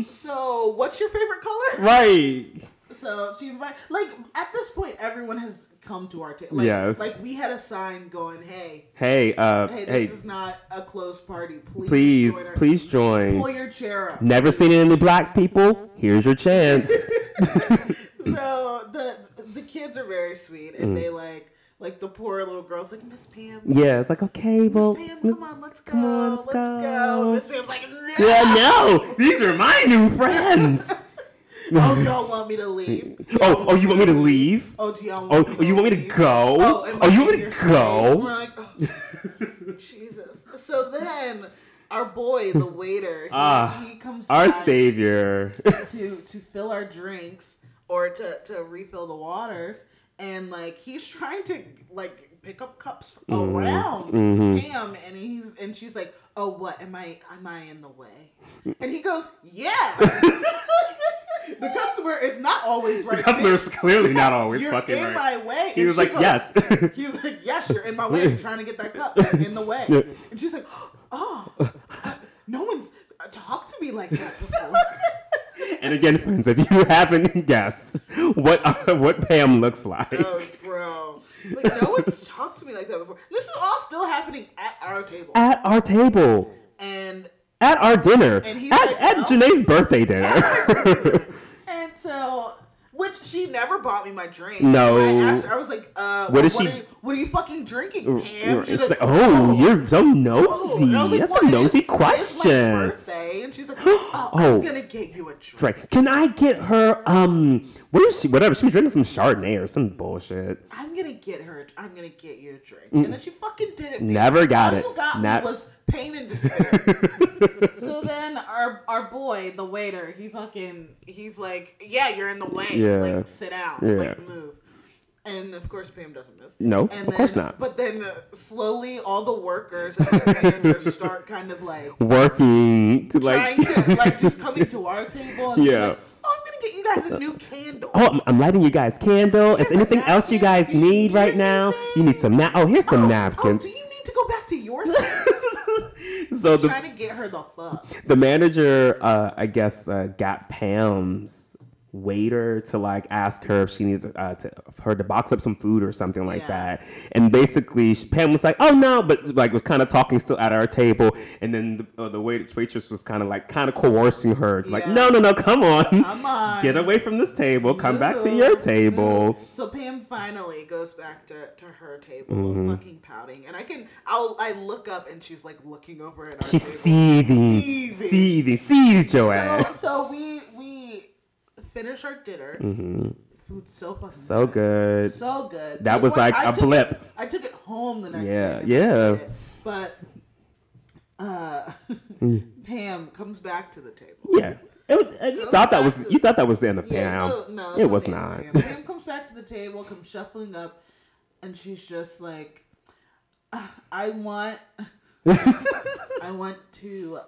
B: so, what's your favorite color?
A: right.
B: So she invited, like, at this point, everyone has come to our table. Like,
A: Yes.
B: Like, we had a sign going, hey,
A: Hey, uh,
B: hey,
A: hey,
B: this is not a closed party. Please,
A: please,
B: join our-
A: please join.
B: Pull your chair up.
A: Never seen any black people. Here's your chance.
B: So the the kids are very sweet, and
A: Mm.
B: they, like, like the poor little girl's like, Miss Pam, Miss
A: yeah, it's like okay, well,
B: Pam,
A: Miss-
B: come on, let's go.
A: come on,
B: let's
A: let's
B: go.
A: go.
B: Miss Pam's like, no.
A: yeah, no, these are my new friends.
B: Oh, y'all want me to leave?
A: oh, oh, you want me to leave?
B: Oh, do y'all
A: Oh,
B: want me
A: oh, you want me to
B: leave?
A: go?
B: and
A: Oh,
B: my
A: you want me
B: fingers
A: to go?
B: raised. We're like, oh, Jesus. So then our boy, the waiter, he,
A: Ah,
B: he comes
A: Our
B: back
A: savior.
B: to to fill our drinks or to, to refill the waters, and like he's trying to like pick up cups
A: Mm-hmm.
B: around Pam, and he's and she's like, oh, what am I? Am I in the way? And he goes, yeah. the customer is not always right. bitch.
A: Customer's clearly not always
B: You're
A: fucking
B: in
A: right.
B: my way.
A: He
B: And
A: was
B: she
A: like,
B: goes-
A: yes.
B: He's like, yes, you're in my way. I'm trying to get that cup. You're in the way. And she's like, oh, uh, no one's uh, talked to me like that before.
A: And again, friends, if you haven't guessed what what Pam looks like,
B: oh, bro. Like, no one's talked to me like that before. This is all still happening at our table.
A: at our table,
B: And
A: at our dinner,
B: And
A: at,
B: he's like, "Oh."
A: at
B: "No."
A: Janae's birthday dinner.
B: and so, which she never bought me my drink.
A: No.
B: When I asked her, I was like, uh,
A: What is
B: what
A: she-
B: Are you, what are you fucking drinking, Pam?
A: it's like, oh, you're so
B: Oh,
A: nosy.
B: and I was like,
A: That's
B: "Well,
A: a
B: it
A: nosy
B: is-
A: question.
B: It's my birthday, and she's like, "Oh,
A: Oh.
B: I'm gonna get you a drink."
A: Right. Can I get her um what is she whatever? She was drinking some Chardonnay or some bullshit.
B: I'm gonna get her. I'm gonna get you a drink, and then she fucking did it. bitch.
A: Mm. Never got
B: All
A: it.
B: you got me
A: Not-
B: was pain and despair. so then our our boy, the waiter, he fucking he's like, "Yeah, you're in the way.
A: Yeah.
B: Like, sit down. Like,
A: Yeah.
B: move." And of course, Pam doesn't move.
A: No,
B: and
A: of course
B: then-
A: not.
B: But then uh, slowly, all the workers at the vendor start kind of like
A: Working to like
B: trying to like just coming to our table and yeah.
A: Yeah.
B: like, oh, I'm gonna get you guys a new candle.
A: Oh, I'm- I'm lighting you guys candle. Is
B: Here's a
A: anything else you
B: napkin.
A: guys need right now? You need some nap. Oh, here's some napkins.
B: Oh, do you need to go back to your seat?
A: So the
B: trying to get her the fuck.
A: the manager, uh, I guess, uh, got Pam's waiter to like ask her if she needed uh, to her to box up some food or something like
B: Yeah.
A: that. And basically, she, Pam was like, "Oh no," but like was kind of talking still at our table. And then the, uh, the wait- waitress was kind of like kind of coercing her, to, like,
B: Yeah.
A: "No, no, no, come on,
B: Come on.
A: get away from this table, come back to
B: Move,
A: your table."
B: move. So Pam finally goes back to, to her table,
A: Mm-hmm.
B: fucking pouting. And I can, I'll, I look up and she's like looking over at our
A: She's
B: table.
A: seething,
B: Seething.
A: seething, seethed your ass.
B: So, so we we finish our dinner. Food's so fucking
A: Mm-hmm. So good.
B: so good.
A: That
B: Took
A: was
B: one-
A: like
B: I
A: a
B: took it-
A: blip.
B: I took it home the next
A: Yeah,
B: day.
A: yeah.
B: I ate it. But uh,
A: Mm.
B: Pam comes back to the table.
A: Yeah. It was, uh, you thought that was you thought that was the end of
B: Yeah,
A: Pam.
B: no, no,
A: it
B: no
A: was
B: Pam,
A: not.
B: Pam. Pam comes back to the table, comes shuffling up, and she's just like, "Ah, "I want, I want to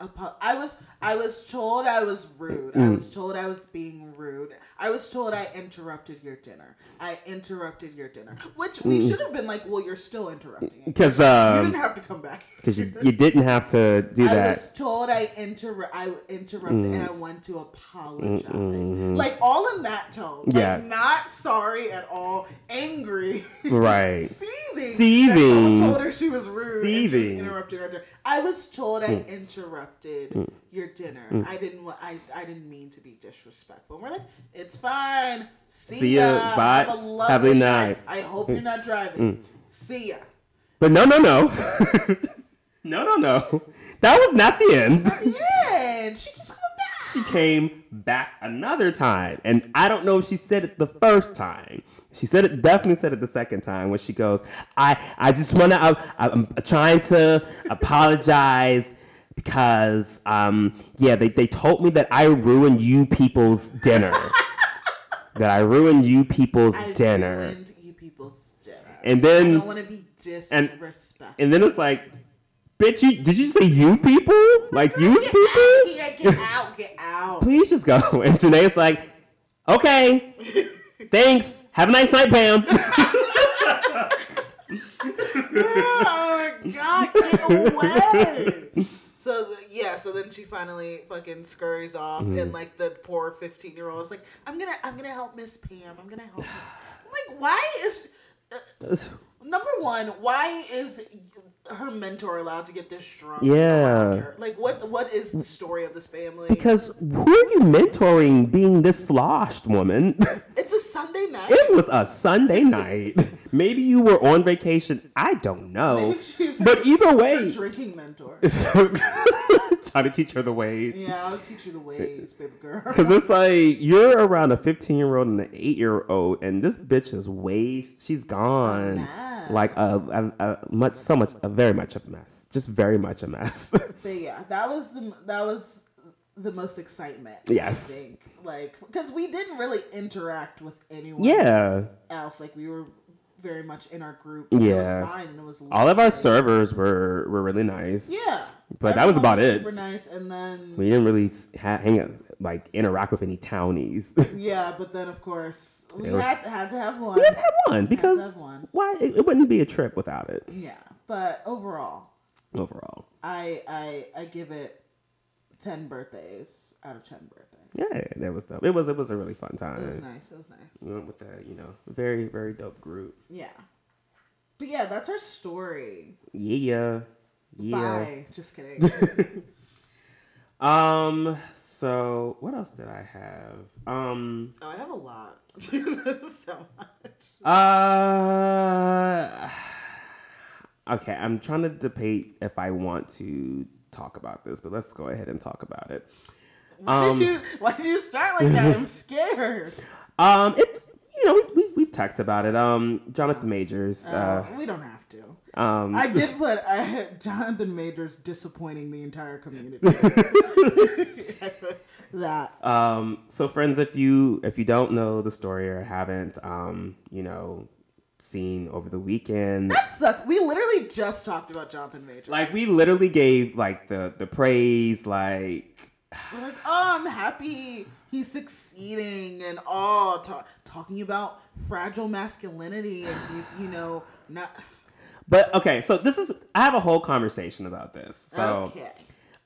B: apo- I was I was told I was rude. I
A: Mm.
B: was told I was being rude. I was told I interrupted your dinner. I interrupted your dinner, which we should have been like, well, you're still interrupting it.
A: because
B: You
A: Mm. um
B: didn't have to come back.
A: because you, you didn't have to do
B: I
A: that. Mm.
B: was told I inter I interrupted and I want to apologize. Like all in that tone. Like
A: Yeah.
B: not sorry at all, angry.
A: Right.
B: Seething.
A: Seething.
B: that someone told her she was rude. Seething.
A: Seething. Mm.
B: interrupted her dinner. I was told I interrupted your dinner. I didn't wa- I, I didn't mean to be disrespectful. And we're like, it's fine. See,
A: See
B: ya.
A: ya. Bye.
B: Have a
A: Have a
B: lovely night.
A: night." Mm.
B: I hope you're not driving. See ya.
A: But no, no, no, no, no, no. That was not the end.
B: Yeah, and she keeps coming back.
A: She came back another time, and I don't know if she said it the first time. She said it definitely said it the second time when she goes, "I I just wanna I, I'm trying to apologize." Because um, yeah, they, they told me that I ruined you people's dinner. that I ruined you people's
B: I
A: dinner.
B: ruined you people's dinner.
A: And
B: I
A: then
B: don't want to be disrespectful.
A: And then it's like, bitch, you did you say you people? Like you
B: get out,
A: people?
B: here, get out, get out.
A: Please just go. And Janae's like, okay, thanks. Have a nice night, Pam.
B: oh God, get away! So th- yeah, so then she finally fucking scurries off,
A: Mm-hmm.
B: and like the poor fifteen year old is like, "I'm gonna, I'm gonna help Miss Pam. I'm gonna help." Miss-" I'm like, why is uh, number one? Why is her mentor allowed to get this drunk? around
A: yeah.
B: her? Like, what, what is the story of this family?
A: Because who are you mentoring being this sloshed woman?
B: it's a Sunday night.
A: it was a Sunday night. Maybe you were on vacation. I don't know.
B: Maybe she's her-
A: But either
B: Her
A: way,
B: drinking mentor.
A: try to teach her the ways.
B: Yeah, I'll teach you the ways, baby girl.
A: Cause it's like you're around a 15 year old and an 8 year old, and this bitch is waste. She's gone,
B: mess.
A: like a, a, a much, so much, a very much a mess. Just very much a mess.
B: But yeah, that was the that was the most excitement.
A: Yes.
B: I think. Like, because we didn't really interact with anyone
A: yeah,
B: else. Like, we were very much in our group. and It
A: Yeah.
B: was fine. And it was
A: all of our servers were were really nice.
B: Yeah.
A: But that was
B: Everyone
A: about it.
B: Super nice. And then,
A: we didn't really s- ha- hang out, like interact with any townies. we
B: yeah, but then, of course, we
A: It was-
B: had, to, had to have one.
A: had to have one because
B: have one.
A: why? It, it wouldn't be a trip without it.
B: Yeah. But overall,
A: Overall,
B: I, I I give it 10 birthdays out of 10 birthdays.
A: yeah, that was dope. It was it was a really fun
B: It was
A: time
B: nice. It was nice.
A: We went with a you know very very dope group.
B: Yeah. But yeah, that's our story.
A: Yeah. Yeah.
B: Bye. Just kidding.
A: Um, so what else did I have? Um
B: oh, I have a lot. so much.
A: uh Okay, I'm trying to debate if I want to talk about this, but let's go ahead and talk about it.
B: Why did you why did you start like that? I'm scared.
A: Um it's you know, we, we, we've texted about it. Um, Jonathan Majors. Uh,
B: we don't have to.
A: um,
B: I did put I had Jonathan Majors disappointing the entire community. that.
A: Um, so friends, if you if you don't know the story or haven't, um, you know, seen over the weekend,
B: That sucks. We literally just talked about Jonathan Majors.
A: like we literally gave like the the praise, like
B: We're like, oh, I'm happy he's succeeding and all ta- talking about fragile masculinity and he's, you know, not
A: But okay, so this is I have a whole conversation about this. So
B: okay.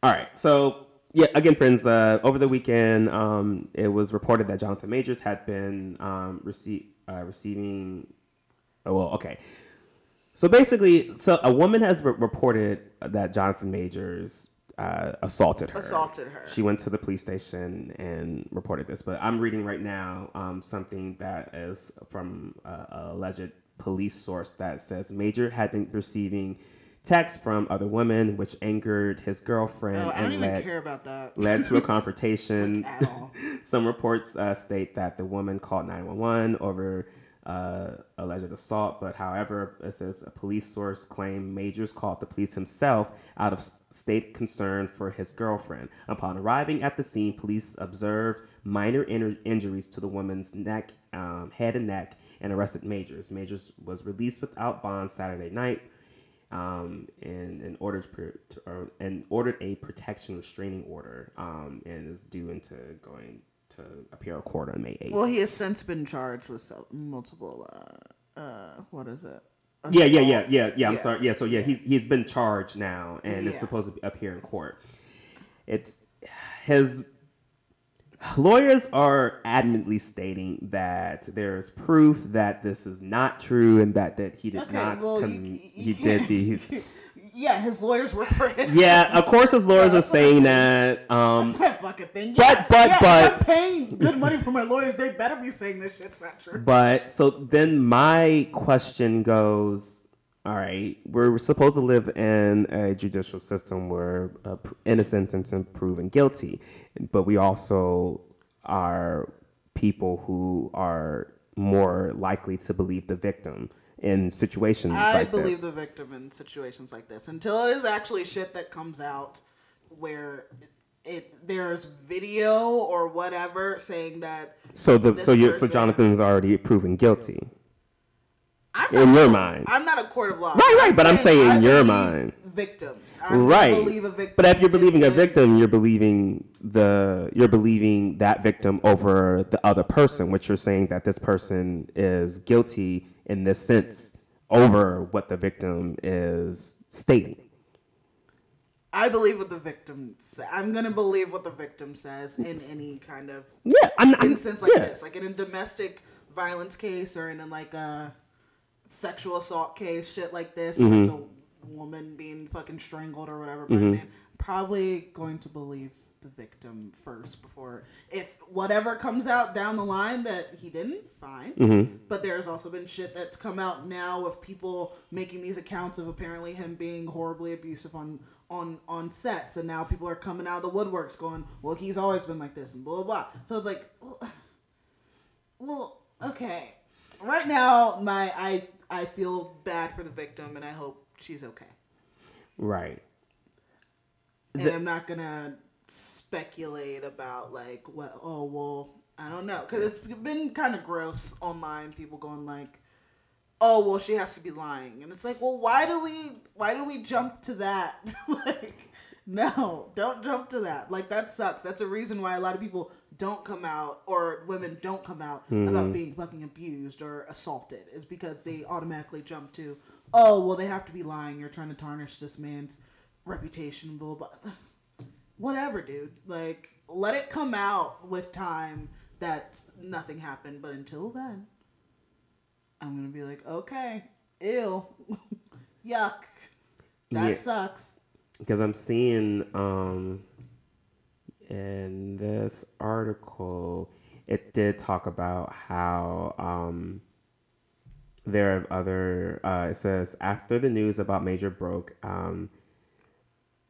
A: all right, so yeah, again, friends. Uh, over the weekend, um, it was reported that Jonathan Majors had been um, receive, uh, receiving. Oh, well, okay. So basically, so a woman has re- reported that Jonathan Majors uh, assaulted her.
B: Assaulted her.
A: She went to the police station and reported this. But I'm reading right now um, something that is from a, a alleged police source that says Major had been receiving texts from other women, which angered his girlfriend
B: Oh, I don't
A: and
B: even
A: led,
B: care about that
A: led to a confrontation.
B: at all.
A: Some reports uh, state that the woman called 911 over uh, alleged assault, but however, it says a police source claimed Majors called the police himself out of s- state concern for his girlfriend. Upon arriving at the scene, police observed minor in- injuries to the woman's neck, um, head, and neck, and arrested Majors. Majors was released without bond Saturday night. um, and, and ordered per- or, and ordered a protection restraining order um, and is due into going to appear in court on May 8th.
B: Well, he has since been charged with se- multiple. Uh, uh, what is it?
A: yeah, yeah, yeah, yeah, yeah. I'm
B: Yeah.
A: sorry. Yeah, so yeah, he's he's been charged now, and
B: Yeah.
A: it's supposed to be appear in court. It's his lawyers are adamantly stating that there is proof that this is not true and that that he did
B: Okay,
A: not
B: well, you-
A: com-
B: you
A: he
B: can't-
A: did these.
B: Yeah, his lawyers work for him.
A: Yeah, of course his lawyers are saying that. Um,
B: That's not a fucking thing.
A: But-
B: Yeah,
A: but-
B: yeah, if
A: but-
B: I'm paying good money for my lawyers. They better be saying this shit's not true.
A: But so then my question goes all right, we're supposed to live in a judicial system where uh, pr- innocent and proven guilty, but we also are people who are more likely to believe the victim in situations
B: I
A: like this.
B: believe the victim in situations like this until it is actually shit that comes out where it there's video or whatever saying that
A: so the so
B: this
A: you so
B: person-
A: Jonathan's already proven guilty
B: I'm not
A: in your mind.
B: I'm not a court of law.
A: Right, right, but I'm saying
B: I
A: in your
B: believe
A: mind.
B: Victims. I don't
A: right.
B: believe a victim.
A: But if you're believing a
B: It's
A: victim, you're believing the you're believing that victim over the other person, which you're saying that this person is guilty in this sense over what the victim is stating.
B: I believe what the victim says. I'm going to believe what the victim says in any kind of
A: Yeah, I'm, I'm
B: instance like
A: yeah.
B: this. Like in a domestic violence case or in a, like a sexual assault case, shit like this, where it's a woman being fucking strangled or whatever by a man. Probably going to believe the victim first before if whatever comes out down the line that he didn't fine but there's also been shit that's come out now of people making these accounts of apparently him being horribly abusive on on on sets and now people are coming out of the woodworks going well he's always been like this and blah blah blah so it's like well, well, okay. Right now, my I I feel bad for the victim, and I hope she's okay.
A: Right.
B: And I'm not gonna speculate about like what. Oh well, I don't know, because it's been kind of gross online. People going like, "Oh well, she has to be lying," and it's like, well, why do we why do we jump to that? like, no, don't jump to that. Like that sucks. That's a reason why a lot of people don't come out or women don't come out about being fucking abused or assaulted is because they automatically jump to, "Oh well, they have to be lying. You're trying to tarnish this man's." reputation, blah blah. blah. Whatever, dude. Like, let it come out with time that nothing happened. But until then, I'm gonna be like, okay, ew, yuck, that
A: Yeah.
B: sucks.
A: because I'm seeing um, in this article, it did talk about how um, there are other. Uh, it says after the news about Major broke, um,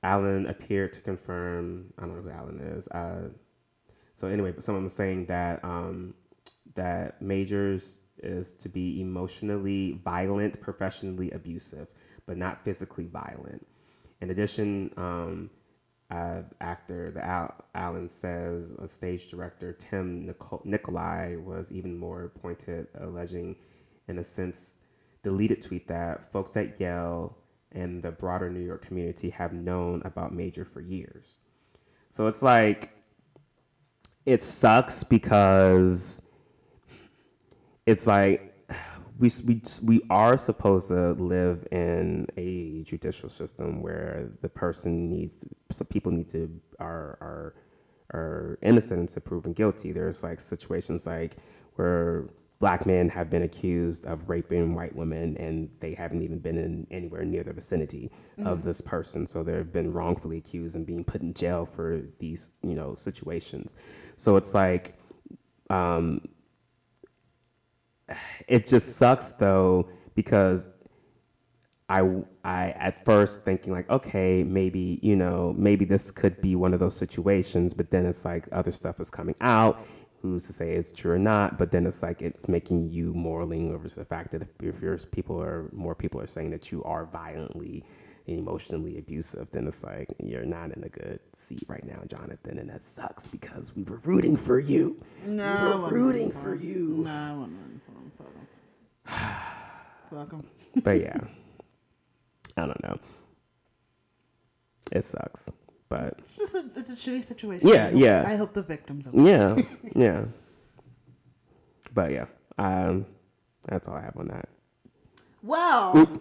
A: Allen appeared to confirm. I don't know who Allen is. Uh, so anyway, but someone was saying that um, that Majors is to be emotionally violent, professionally abusive, but not physically violent. In addition, um, uh, actor the Al- Allen says uh, stage director Tim Nico- Nicolai was even more pointed, alleging, in a sense, deleted tweet that folks at Yale and the broader New York community have known about Major for years. So it's like it sucks because it's like we, we, we are supposed to live in a judicial system where the person needs so people need to are are are innocent until proven guilty. There's like situations like where black men have been accused of raping white women and they haven't even been in anywhere near the vicinity of this person. So they've been wrongfully accused and being put in jail for these, you know, situations. So it's like um, it just sucks though because I I at first thinking like okay maybe you know maybe this could be one of those situations but then it's like other stuff is coming out who's to say it's true or not but then it's like it's making you more leaning over to the fact that if, if your people are more people are saying that you are violently and emotionally abusive then it's like you're not in a good seat right now Jonathan and that sucks because we were rooting for you
B: No, I
A: we
B: wouldn't
A: were
B: root
A: rooting
B: for
A: for
B: him.
A: you
B: No, I wouldn't run for him. Fuck him. Fuck him.
A: but yeah. I don't know. It sucks, but
B: It's just a, it's a shitty situation.
A: Yeah,
B: I hope-
A: yeah.
B: I hope the victims. Are
A: yeah, yeah. But yeah, um, that's all I have on that.
B: Well,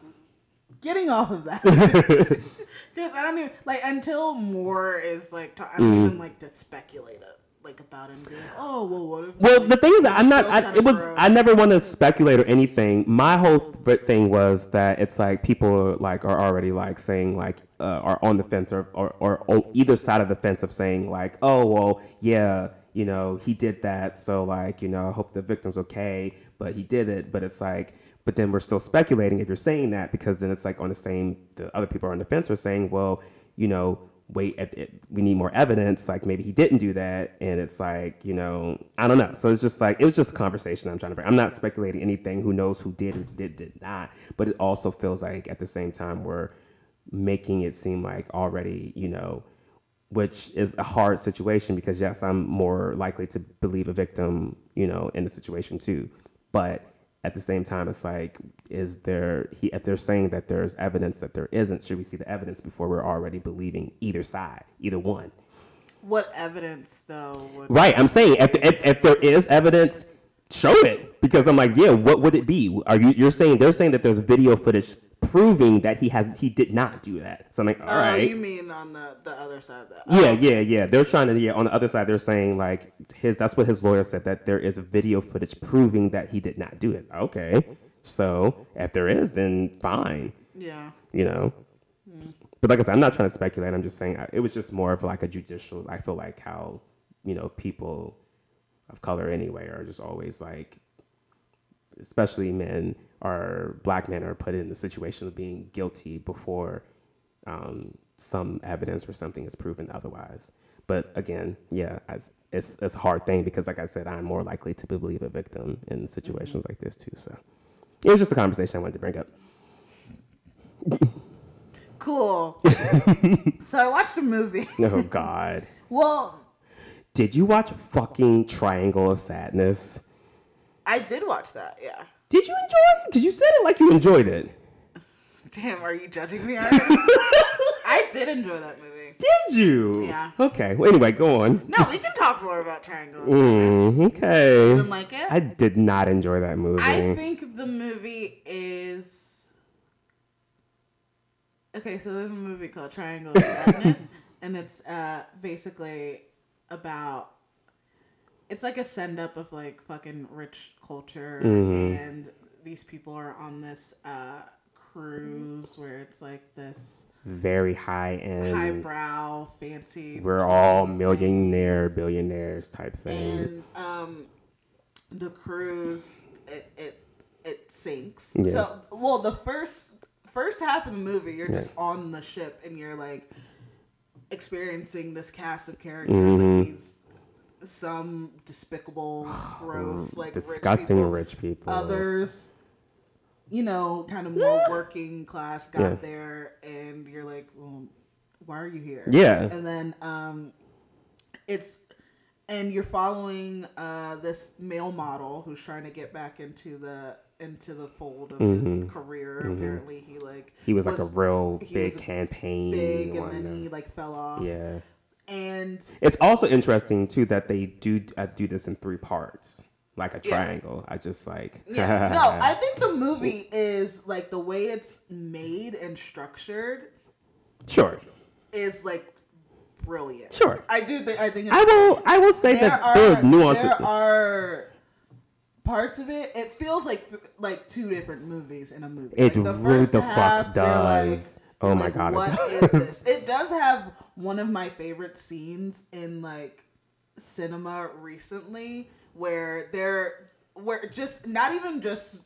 B: getting off of that because I don't even like until more is like ta- I don't
A: Mm-hmm.
B: even like to speculate uh, like about it and be like, oh well, what if?
A: Well, the thing is,
B: Like,
A: I'm not.
B: those
A: I,
B: kind
A: it
B: of
A: was.
B: gross.
A: I never want to speculate or anything. My whole th- thing was that it's like people like are already like saying like uh, are on the fence or, or or on either side of the fence of saying like, oh well, yeah, you know, he did that, so like, you know, I hope the victim's okay, but he did it. But it's like, but then we're still speculating if you're saying that because then it's like on the same. The other people are on the fence are saying, well, you know, wait at it, we need more evidence like maybe he didn't do that and it's like you know i don't know so it's just like it was just a conversation i'm trying to bring i'm not speculating anything who knows who did or did, did not but it also feels like at the same time we're making it seem like already you know which is a hard situation because yes i'm more likely to believe a victim you know in the situation too but at the same time it's like is there he if they're saying that there's evidence that there isn't should we see the evidence before we're already believing either side either one
B: What evidence though? Would,
A: right i'm saying if, if, if there is evidence show it because i'm like yeah what would it be are you you're saying they're saying that there's video footage proving that he has he did not do that so i'm like all
B: Oh,
A: right.
B: you mean on the the Oh, other side of that?
A: Yeah, yeah, yeah. They're trying to. Yeah, on the other side, they're saying like his. That's what his lawyer said that there is video footage proving that he did not do it. Okay, so if there is, then fine.
B: Yeah.
A: You know. But like I said, I'm not trying to speculate. I'm just saying I- it was just more of like a judicial. I feel like how you know people of color anyway are just always like, especially men or black men are put in the situation of being guilty before um, some evidence or something is proven otherwise. But again, yeah, as- it's it's a hard thing because like I said, I'm more likely to believe a victim in situations like this too. So it was just a conversation I wanted to bring up.
B: Cool. so I watched a movie.
A: Oh God.
B: Well,
A: Did you watch fucking Triangle of Sadness?
B: I did watch that. Yeah.
A: Did you enjoy it? Because you said it like you enjoyed it.
B: Damn, are you judging me already? I did enjoy that movie.
A: Did you?
B: Yeah.
A: Okay. Well, anyway, go on.
B: No, we can talk more about Triangle.
A: Mm, okay.
B: Didn't like it.
A: I did not enjoy that movie.
B: I think the movie is okay. So there's a movie called Triangle of Sadness, and it's uh, basically about it's like a send up of like fucking rich culture, and these people are on this uh, cruise where it's like this
A: Very high end.
B: highbrow, fancy
A: We're all millionaire, billionaires type thing.
B: and um, the cruise it it it sinks.
A: Yeah.
B: So well, the first first half of the movie, you're just on the ship and you're like experiencing this cast of characters, like
A: Mm-hmm.
B: these some despicable, gross, like
A: Disgusting
B: rich people,
A: rich people.
B: others. You know, kind of more working class got
A: Yeah.
B: there, and you're like, well, why are you here?
A: Yeah.
B: and then um it's and you're following uh this male model who's trying to get back into the into the fold of his career apparently he like
A: Mm-hmm. he was like a real
B: he
A: big
B: was
A: campaign.
B: big and
A: one,
B: then he like fell off
A: yeah.
B: and
A: It's also interesting too that they do uh, do this in three parts, like a
B: Yeah.
A: triangle. I just like
B: yeah no i think the movie is like the way it's made and structured
A: sure,
B: is like brilliant
A: sure.
B: i do think i think it's
A: I will I will say
B: there
A: that
B: are
A: there are nuances.
B: There are parts of it. It feels like th- like two different movies in a movie.
A: It
B: like
A: really the fuck
B: you're
A: does. Oh
B: you're
A: my God, it
B: What is this? It does have one of my favorite scenes in like cinema recently, where they're where just not even just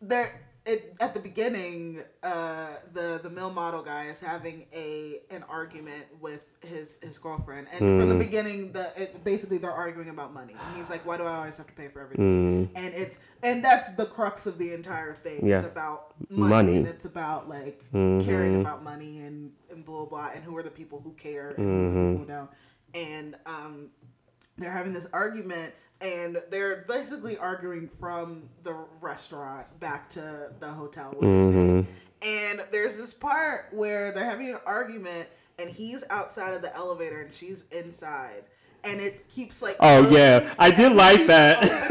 B: there it, at the beginning uh the the male model guy is having a an argument with his his girlfriend and from the beginning the it, basically they're arguing about money and he's like why do i always have to pay for everything and it's and that's the crux of the entire thing
A: Yeah.
B: it's about money,
A: Money.
B: and it's about like caring about money and and blah blah blah, and who are the people who care and who people don't and um they're having this argument and they're
A: Mm-hmm.
B: basically arguing from the restaurant back to the hotel where they're staying. And there's this part where they're having an argument, and he's outside of the elevator, and she's inside, and it keeps like
A: Oh,
B: closing,
A: yeah. I did
B: and
A: like
B: keeps
A: that.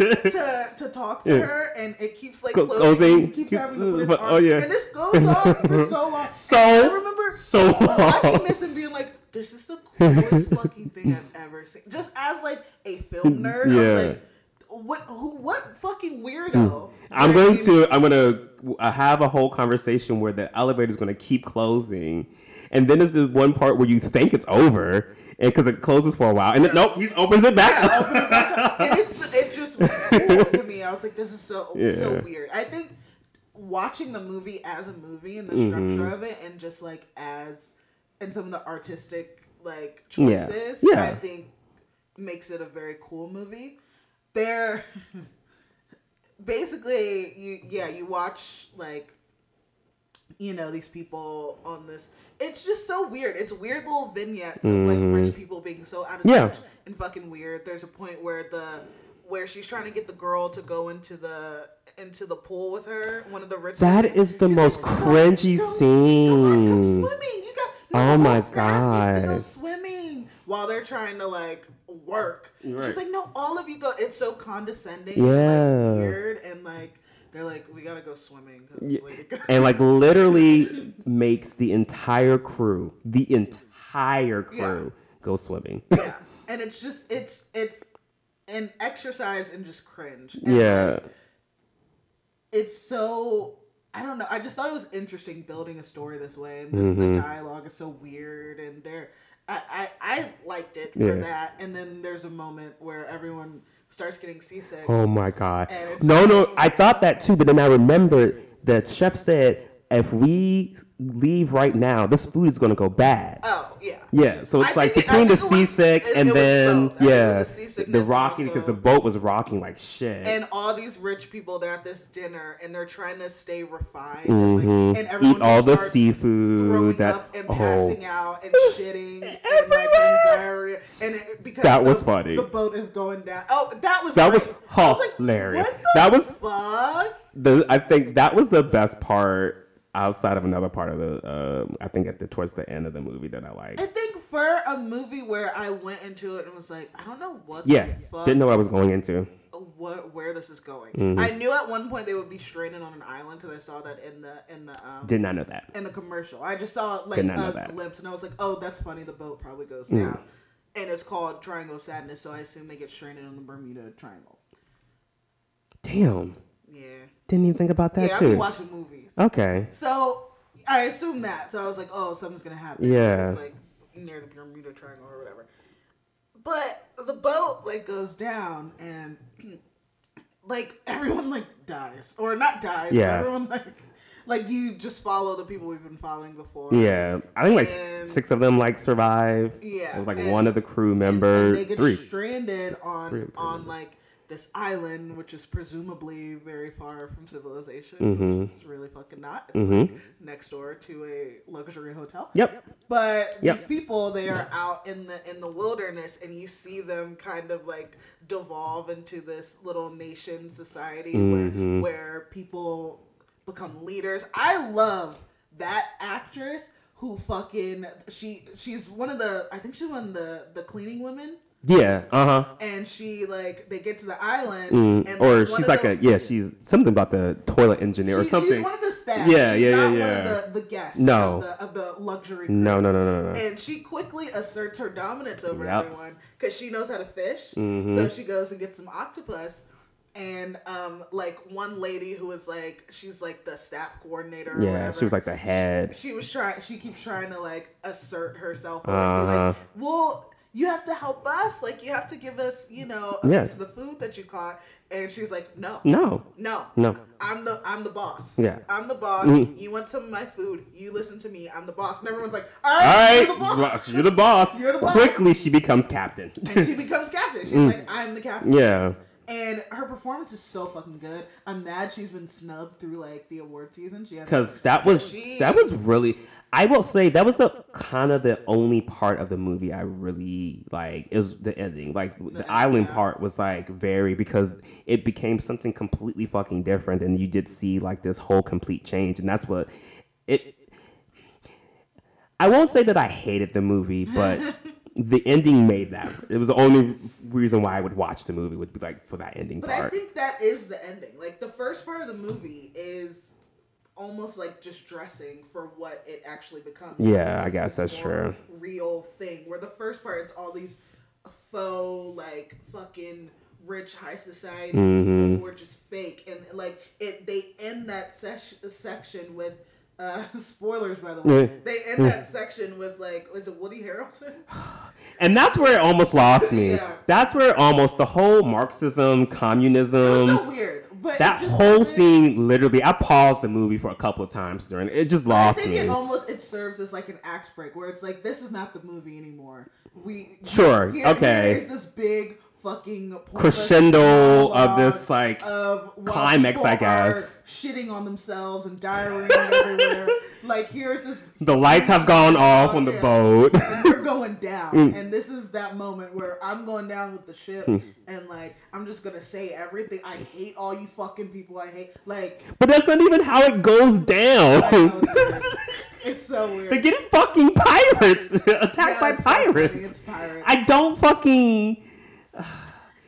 B: opening it to to talk to
A: Yeah.
B: her, and it keeps like
A: Cl-
B: closing.
A: closing.
B: and He keeps
A: Keep-
B: having to put his
A: but-
B: arm.
A: oh, yeah.
B: And this goes on for so long.
A: So-
B: And I remember
A: so long.
B: watching this and being like. This is the coolest fucking thing I've ever seen. Just as like a film nerd, I was
A: Yeah. Hmm.
B: like, what who what fucking weirdo
A: I'm
B: are
A: going
B: you-
A: to I'm gonna uh, have a whole conversation where the elevator is gonna keep closing, and then there's the one part where you think it's over, and because it closes for a while, and then, nope, he opens it back. up.
B: open it back up. and it's it just was cool to me i was like this is so so
A: Yeah.
B: weird i think watching the movie as a movie and the
A: Mm-hmm.
B: structure of it and just like as and some of the artistic like
A: Yeah.
B: choices
A: Yeah.
B: i think makes it a very cool movie there basically you yeah you watch like you know these people on this it's just so weird it's weird little vignettes of like rich people being so out of
A: Mm. Yeah.
B: touch and fucking weird there's a point where the where she's trying to get the girl to go into the into the pool with her one of the rich
A: That
B: ladies.
A: is the
B: She's
A: most cringy
B: come on, come
A: scene.
B: swimming you got no,
A: Oh
B: the whole
A: my
B: staff needs to go
A: God.
B: swimming while they're trying to like work
A: You're
B: she's
A: right.
B: like no all of you go it's so condescending and,
A: Yeah.
B: like, weird and like they're like we gotta go swimming 'cause this lady got-
A: and like literally makes the entire crew, the entire crew, go swimming.
B: yeah and it's just it's it's an exercise and just cringe And,
A: yeah,
B: like, it's so i don't know i just thought it was interesting building a story this way and this,
A: Mm-hmm.
B: the dialogue is so weird and there I, I i liked it for
A: Yeah.
B: that and then there's a moment where everyone starts getting seasick
A: Oh my god.
B: And it's-
A: No, no, I thought that too, but then I remembered the chef said if we leave right now, this food is gonna go bad.
B: oh yeah
A: yeah, so it's
B: I
A: like
B: think it- I
A: between the
B: think it was-
A: seasick
B: it-
A: and
B: it was
A: then
B: both. I think it
A: yeah,
B: was the
A: the
B: seasickness
A: rocking because
B: also.
A: the boat was rocking like shit.
B: and all these rich people they're at this dinner and they're trying to stay refined and, like, and everyone
A: Mm-hmm. Eat all
B: just
A: the
B: starts
A: seafood
B: throwing
A: that
B: up and
A: oh
B: passing out and shitting and like getting diarrhea and it, because
A: That
B: the-
A: was funny.
B: the boat is going down oh that was
A: That
B: great.
A: was
B: I like,
A: hilarious.
B: what the
A: That was-
B: fuck
A: the I think that was the best part outside of another part of the uh, I think at the towards the end of the movie that I like.
B: I think for a movie where I went into it and was like I don't know what
A: Yeah,
B: the fuck
A: didn't know Mm-hmm. what I was going into.
B: what where this is going I knew at one point they would be stranded on an island because I saw that in the in the um
A: Did not know that.
B: in the commercial. I just saw like
A: Did not know
B: a
A: that.
B: glimpse, and I was like, "Oh, that's funny." The boat probably goes down, and it's called Triangle Sadness. So I assume they get stranded on the Bermuda Triangle.
A: Damn,
B: Yeah,
A: didn't even think about that
B: yeah. I've
A: too. Oh.
B: been watching movies,
A: Okay.
B: so I assume that. So I was like, "Oh, something's gonna happen."
A: Yeah.
B: it's like near the Bermuda Triangle or whatever. But the boat like goes down and. Like everyone like dies or not dies. but
A: Yeah.
B: everyone like like you just follow the people we've been following before.
A: Yeah. I think like
B: And-
A: six of them like survive.
B: Yeah,
A: It was like
B: and-
A: one of the crew
B: and-
A: member
B: and they get
A: three.
B: stranded on
A: Three of the
B: on like this island which is presumably very far from civilization
A: Mm-hmm.
B: which is really fucking not it's like next door to a luxury hotel
A: Yep.
B: but
A: Yep.
B: these people they are out in the in the wilderness and you see them kind of like devolve into this little nation society
A: Mm-hmm.
B: where where people become leaders i love that actress who fucking she she's one of the i think she's one of the the cleaning women
A: Yeah. Uh huh.
B: and she like they get to the island and
A: Mm, Or
B: one
A: she's
B: of
A: like
B: the-
A: a yeah. She's something about the toilet engineer or
B: she-
A: something.
B: She's one of the staff.
A: Yeah,
B: She's
A: yeah,
B: not
A: yeah, yeah.
B: One of the, the guests.
A: No.
B: Of the, of the luxury.
A: no,
B: cruise.
A: no, no, no, no.
B: And she quickly asserts her dominance over
A: Yep. Mm-hmm.
B: everyone because she knows how to fish. So she goes and gets some octopus. And um, like one lady who was like, she's like the staff coordinator. Or
A: yeah.
B: whatever
A: She was like the head.
B: she was trying she keeps trying to like assert herself or be
A: Uh-huh.
B: like well you have to help us like you have to give us you know a
A: Yeah.
B: piece of the food that you caught and she's like no
A: No.
B: no
A: No.
B: i'm the i'm the boss
A: Yeah. Mm.
B: i'm the boss you want some of my food you listen to me i'm the boss and everyone's like all
A: All right.
B: right, you're the boss
A: You're the boss.
B: You're the boss.
A: Quickly, she becomes captain.
B: and she becomes captain she's like i'm the captain
A: Mm. yeah.
B: and her performance is so fucking good i'm mad she's been snubbed through like the award season she has
A: Because that was
B: She-
A: that was really. I will say that was the kind of the only part of the movie I really like is the ending. Like the island part was like very because it became something completely fucking different, and you did see like this whole complete change, and that's what it. I won't say that I hated the movie, but the ending made that. It was the only reason why I would watch the movie would be like for that ending
B: But I
A: part.
B: think that is the ending. Like the first part of the movie is almost like just dressing for what it actually becomes.
A: Yeah,
B: It
A: I guess
B: becomes
A: that's
B: this more
A: true.
B: Real thing where the first part it's all these faux like fucking rich high society
A: Mm-hmm.
B: people who are just fake and like it. They end that sesh- section with. Uh, spoilers, by the way.
A: Yeah.
B: They end that section with like, is it Woody Harrelson?
A: And that's where it almost lost me.
B: Yeah.
A: That's where almost the whole Marxism, communism,
B: so weird, but it
A: Um, that
B: just
A: whole
B: doesn't-
A: scene literally i paused the movie for a couple of times during it just
B: I
A: lost
B: think
A: me
B: it almost it serves as like an act break where it's like this is not the movie anymore. We
A: Sure,
B: Here,
A: okay.
B: Here's this big fucking pointless
A: crescendo of
B: monologue uh,
A: this like
B: of while
A: climax,
B: people
A: I guess.
B: are Shitting on themselves and diarrhea everywhere. Like here's this.
A: the lights have gone off on the
B: oh, Yeah.
A: boat
B: We're going down,
A: Mm.
B: and this is that moment where I'm going down with the ship,
A: Hmm.
B: and like I'm just gonna say everything. I hate all you fucking people. I hate like
A: but that's not even how it goes
B: know,
A: down
B: it's weird. it's so weird.
A: they get fucking pirates attacked
B: Yeah,
A: by
B: it's so funny.
A: pirates
B: It's pirates.
A: i don't fucking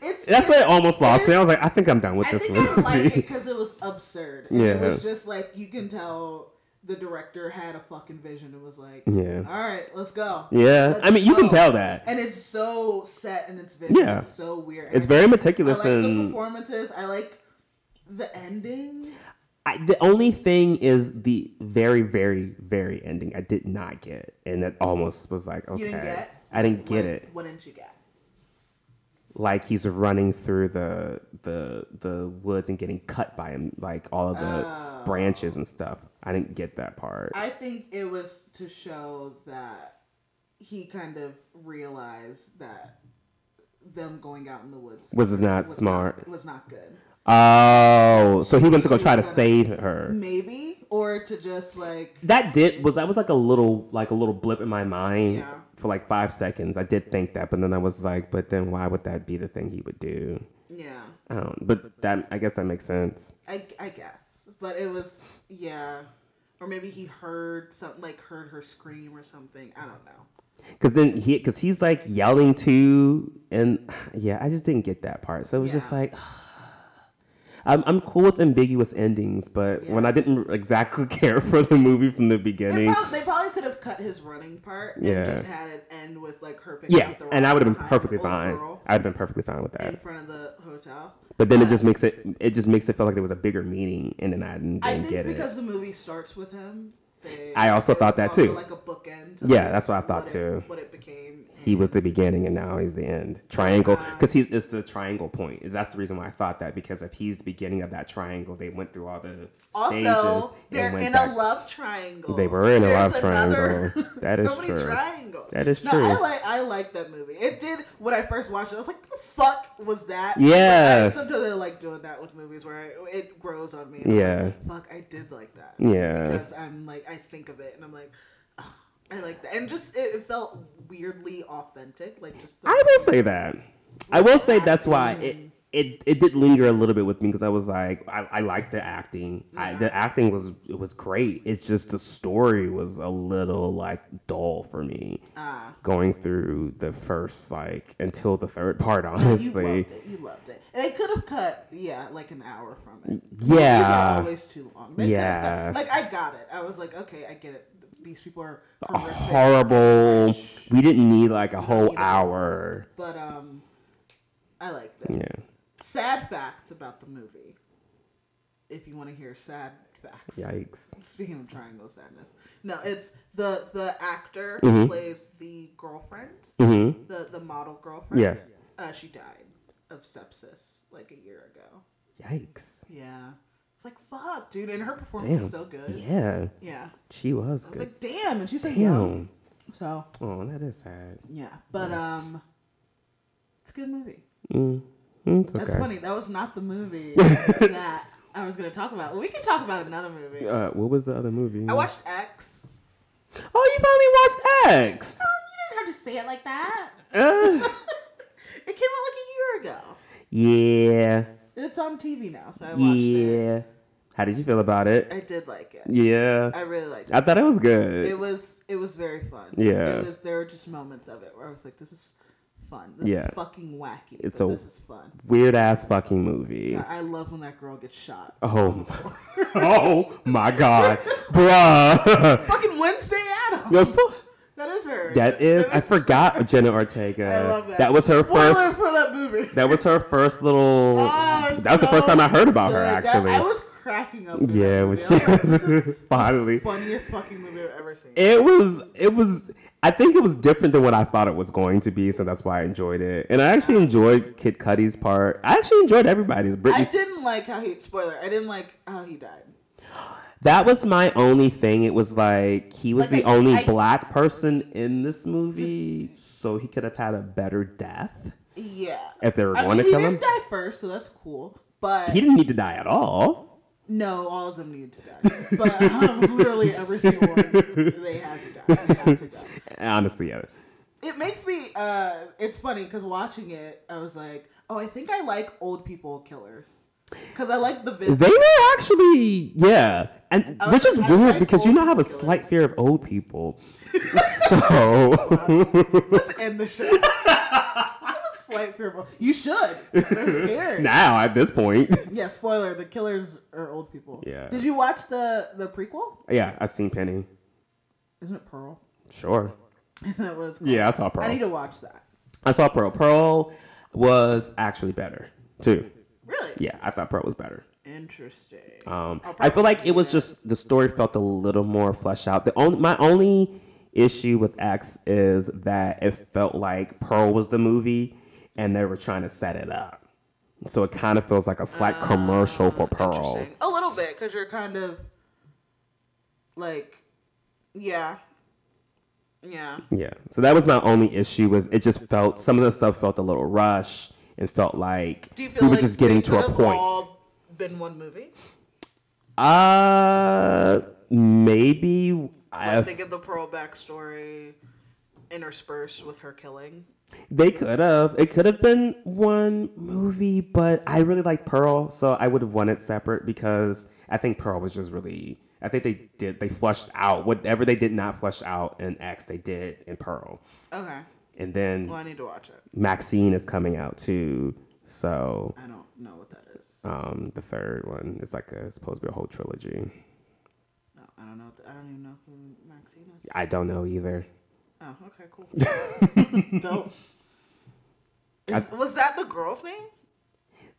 B: It's
A: that's where it almost lost me i was
B: Here's-
A: like i think i'm done with
B: I
A: this
B: think
A: movie
B: I like it because it was absurd. And It
A: Yeah.
B: was just like you can tell the director had a fucking vision. It was like,
A: Yeah.
B: all right, let's go.
A: yeah
B: Let's
A: i mean you
B: go.
A: can tell that
B: And it's so set in its vision.
A: Yeah.
B: It's so weird. And
A: it's
B: I-
A: very
B: I
A: meticulous
B: like the
A: and
B: performances. I like the ending.
A: I, the only thing is the very, very, very ending I did not get, and that almost was like okay,
B: You didn't get.
A: I didn't get
B: What-
A: it.
B: What didn't you get?
A: Like he's running through the the the woods and getting cut by him, like all of the branches and stuff. I didn't get that part.
B: Oh. I think it was to show that he kind of realized that them going out in the woods
A: Was not
B: was
A: smart.
B: Not, was not good.
A: oh, so he went to go try to save her.
B: maybe or to just like
A: That did was that was like a little like a little blip in my mind
B: Yeah.
A: for like five seconds. I did think that, but then I was like, but then why would that be the thing he would do?
B: yeah
A: I don't. Um, But that I guess that makes sense.
B: I, I guess but it was yeah or maybe he heard something like heard her scream or something i don't know
A: Cause then he, cause he's like yelling too, and yeah, I just didn't get that part. So it was just
B: Yeah.
A: like, I'm I'm cool with ambiguous endings, but when
B: Yeah.
A: I didn't exactly care for the movie from the
B: they,
A: beginning,
B: prob- they probably could have cut his running part and
A: Yeah.
B: just had it end with like her picking
A: yeah,
B: up the
A: and I
B: rock
A: would have been
B: behind
A: perfectly
B: the old
A: fine.
B: girl
A: I'd have been perfectly fine with
B: in
A: that.
B: front of the hotel
A: But then it just makes it, it just makes it feel like there was a bigger meaning, and then I didn't,
B: i
A: didn't
B: think
A: get
B: because
A: it.
B: the movie starts with him they,
A: I also
B: it
A: thought
B: was
A: that
B: also
A: too.
B: like a bookend to,
A: Yeah,
B: like,
A: that's what I thought
B: it-
A: too.
B: what it became
A: He was the beginning, and now he's the end. Triangle, because he's it's the triangle point. Is that's the reason why I thought that because if he's the beginning of that triangle, they went through all the stages.
B: Also,
A: and
B: they're
A: went
B: in
A: back-
B: a love triangle.
A: They were in a
B: There's
A: love
B: another-
A: triangle. That is
B: so many
A: true.
B: triangles.
A: That is
B: no,
A: true.
B: I like I like that movie. It did when I first watched it. I was like, "The fuck was that?"
A: Yeah.
B: But I- sometimes I like doing that with movies where I, it grows on me. I'm
A: Yeah.
B: like, fuck, I did like that.
A: Yeah.
B: because I'm like I think of it and I'm like. "Ah, I like that, and just it, it felt weirdly authentic, like just. The,
A: I will say that. I will say that's why it it, it did linger a little bit with me because I was like, I, I liked the acting. I, the acting was it was great. It's just the story was a little like dull for me.
B: Ah.
A: Going through the first like until the third part,
B: you
A: honestly.
B: loved it. You loved it, and they could have cut, yeah, like an hour from it. These are
A: Yeah.
B: always too long. They
A: Yeah.
B: yeah. Like I got it. I was like, okay, I get it. These people are
A: Oh.
B: horrific.
A: Horrible. We didn't need like a whole
B: need it.
A: hour.
B: but um, I liked it.
A: Yeah.
B: Sad facts about the movie. If you want to hear sad facts.
A: Yikes.
B: Speaking of triangle sadness, no, it's the the actor
A: Mm-hmm.
B: who plays the girlfriend, the the model girlfriend.
A: Yeah.
B: Uh, she died of sepsis like a year ago.
A: Yikes.
B: Yeah. It's like fuck, dude, and her performance
A: Damn.
B: is so good.
A: Yeah.
B: Yeah.
A: She was
B: I
A: good.
B: was like, damn, and she's so young.
A: Damn.
B: So
A: Oh, that is sad.
B: yeah, but um, it's a good movie.
A: Mm, It's okay.
B: That's funny. That was not the movie that I was gonna talk about. Well, we can talk about another movie.
A: Uh, what was the other movie?
B: I watched X.
A: Oh, you finally watched X.
B: You didn't have to say it like that.
A: Uh,
B: It came out like a year ago.
A: yeah.
B: It's on TV now, so I watched it.
A: Yeah. How did you feel about it?
B: I did like it.
A: Yeah.
B: I really liked it.
A: I thought it was good.
B: It was it was very fun.
A: Yeah.
B: It was there were just moments of it where I was like, this is fun. This
A: Yeah.
B: is fucking wacky.
A: It's
B: but
A: a-
B: this is fun.
A: Weird ass fucking movie.
B: Yeah, I love when that girl gets shot.
A: Oh, my- oh my god, bruh.
B: Fucking Wednesday Adams.
A: Yo, fu-
B: that is her.
A: that is I forgot Jenna Ortega.
B: I love that.
A: That was her
B: Spoiler
A: first.
B: for that movie.
A: That was her first little.
B: Ah,
A: that was the
B: so
A: first time I heard about her
B: good. That-
A: actually.
B: I was cracking up.
A: yeah,
B: Yeah,
A: it
B: when
A: was
B: she was
A: finally.
B: funniest fucking movie I've ever seen.
A: It was. It was. I think it was different than what I thought it was going to be, so that's why I enjoyed it. And I actually enjoyed Kid Cudi's part. I actually enjoyed everybody's.
B: I
A: Britney
B: didn't like how he spoiler. I didn't like how he died.
A: That was my only thing. It was like he was
B: Like,
A: the
B: I-
A: only
B: I-
A: black person in this movie, so he could have had a better death
B: Yeah.
A: if they were
B: I
A: going
B: mean,
A: to
B: he
A: kill
B: didn't
A: him.
B: die first, so that's cool. But
A: He didn't need to die at all.
B: no, all of them need to die. But um, literally every single one, they had to die. They had to die.
A: Honestly, yeah.
B: It makes me. Uh, it's funny because watching it, I was like, oh, I think I like old people killers because I like the vision.
A: They were actually, yeah, and
B: I
A: which
B: was-
A: is
B: Oh, I
A: weird
B: like
A: because you
B: old
A: know I have a
B: people.
A: slight fear of old people. so
B: Let's end the show. I have a slight fear of. You should. They're scary.
A: now at this point,
B: Yeah, spoiler: the killers are old people.
A: Yeah.
B: Did you watch the the prequel?
A: yeah, I seen Penny.
B: Isn't it Pearl?
A: Sure.
B: Isn't that what it's called?
A: Yeah, I saw Pearl.
B: I need to watch that.
A: I saw Pearl. Pearl was actually better too.
B: Really?
A: Yeah, I thought Pearl was better.
B: Interesting.
A: Um,
B: I'll
A: I feel
B: Oh, probably
A: like it was
B: do that.
A: just the story felt a little more fleshed out. The only my only issue with X is that it felt like Pearl was the movie, and they were trying to set it up. So it kind of feels like a slight commercial for Pearl.
B: Oh, Interesting. A little bit, because you're kind of like, yeah, yeah.
A: Yeah. So that was my only issue. Was it just felt some of the stuff felt a little rushed and felt like
B: Do you feel
A: we were
B: like
A: just getting
B: they
A: to a
B: could've
A: point.
B: All been one movie.
A: Uh, maybe.
B: Like
A: I,
B: they give the Pearl backstory interspersed with her killing.
A: They could have. It could have been one movie, but I really like Pearl, so I would have wanted separate because I think Pearl was just really. I think they did. They flushed out whatever they did not flush out in X. They did in Pearl,
B: Okay.
A: and then
B: Well, I need to watch it.
A: Maxine is coming out too. So
B: I don't know what that is.
A: um, the third one is like a, supposed to be a whole trilogy.
B: No, I don't know. What the, I don't even know who Maxine is.
A: I don't know either.
B: Oh, okay, cool. Dope. Is, was that the girl's name?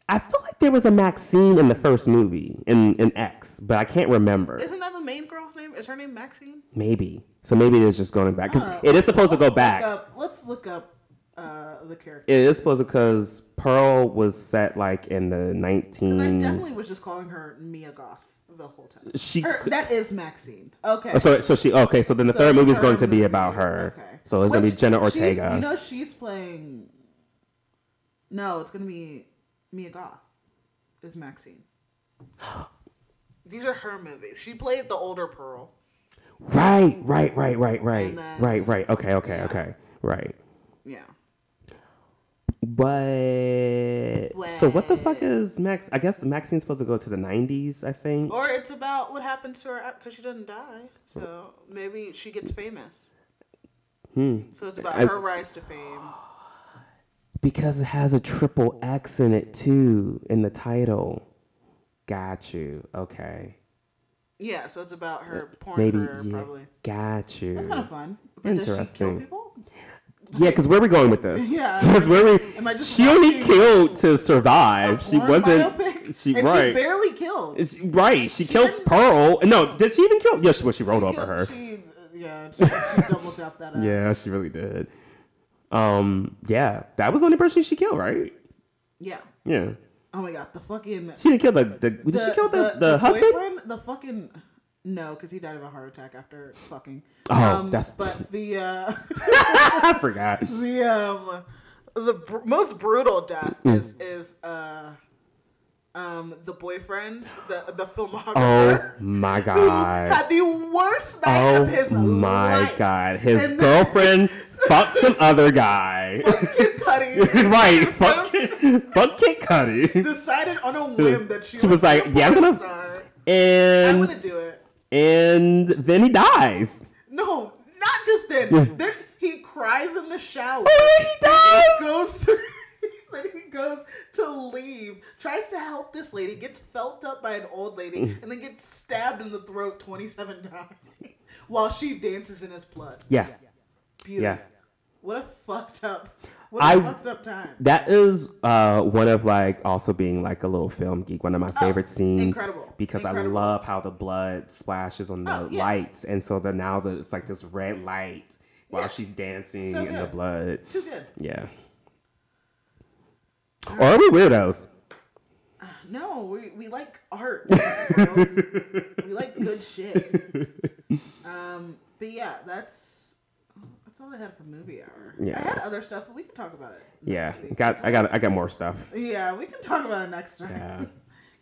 A: I feel like there was a Maxine in the first movie in in X, but I can't remember.
B: Isn't that the main girl's name? Is her name Maxine?
A: Maybe. So maybe it's just going back because
B: Uh,
A: it is Oh. supposed to go
B: let's
A: back.
B: Look up, let's look up uh, the character.
A: It is supposed to because Pearl was set like in the
B: 'Cause I
A: nineteen.
B: definitely was just calling her Mia Goth the whole time.
A: Mm. She.
B: Or, that is Maxine. Okay.
A: oh, so so she okay. So then the
B: So
A: third
B: it's
A: movie is
B: her
A: going to be
B: movie.
A: about her.
B: Okay.
A: So it's going to
B: Which
A: be Jenna
B: she's-
A: Ortega.
B: You know she's playing. No, it's gonna be Mia Goth. Is Maxine? These are her movies. She played the older Pearl.
A: right, right, right, right, right,
B: And then-
A: right, right. Okay, okay, okay, right.
B: Yeah.
A: But so what the fuck is Max? I guess Maxine's supposed to go to the nineties. I think.
B: Or it's about what happened to her because she doesn't die. So maybe she gets famous. Hmm. So it's about
A: I-
B: her rise to fame.
A: Because it has a triple X in it too in the title. Got you. Okay.
B: Yeah. So it's about her porn
A: Uh, Maybe
B: career,
A: yeah.
B: probably.
A: Got you.
B: That's kind of fun. But Does she kill
A: Interesting.
B: people?
A: Yeah, because where are we going with this?
B: Yeah.
A: Because where we
B: Am I just
A: she only
B: watching
A: killed to survive. She
B: Porn
A: wasn't.
B: biopic?
A: She
B: and She
A: right.
B: barely killed.
A: It's- right. She, killed
B: didn't-
A: Pearl. No, did she even kill? Yes, well, she rolled over
B: killed-
A: her.
B: She, yeah, she, she double tapped that. Ass.
A: yeah, she really did. Um. Yeah, that was the only person she killed, right?
B: Yeah.
A: Yeah.
B: Oh my god, the fucking.
A: She didn't kill the. the did she kill the, the, husband?
B: boyfriend, the fucking. No, because he died of a heart attack after fucking. Um,
A: Oh, that's-
B: But the uh,
A: I forgot.
B: the
A: Mm.
B: um the br- most brutal death is is uh um, the boyfriend, the the filmographer.
A: Oh my
B: who
A: god.
B: had the worst night
A: Oh
B: of his
A: my
B: life.
A: god. His
B: And then-
A: girlfriend fucked some other guy.
B: Kid Cudi
A: right. Fuck Kid, fuck Kid Cudi.
B: decided on a whim that she,
A: She was
B: gonna
A: like,
B: be a
A: "Yeah, I'm
B: porn
A: gonna-
B: star. I'm
A: And
B: gonna do it."
A: and then he dies.
B: No, not just then. then he cries in the shower.
A: He dies.
B: goes to, then he goes to leave, tries to help this lady, gets felt up by an old
A: Mm.
B: lady, and then gets stabbed in the throat twenty seven times while she dances in his blood.
A: Yeah.
B: Beauty.
A: Yeah.
B: What a fucked up. What a
A: I-
B: fucked up time.
A: That is uh, one of like also being like a little film geek, one of my favorite scenes.
B: Oh, incredible.
A: Because
B: Incredible.
A: I love how the blood splashes on the
B: Oh, yeah.
A: lights. And so the now the, it's like this red light while
B: Yeah.
A: she's dancing
B: So
A: in the
B: good.
A: blood.
B: Too good.
A: Yeah. Or are we weirdos?
B: No, we, we like art. bro. we like good shit. Um, but yeah, that's that's all I had for movie hour.
A: Yeah.
B: I had other stuff, but we can talk about it.
A: Yeah.
B: next week.
A: Got I got I got more stuff.
B: Yeah, we can talk about it next time.
A: Yeah.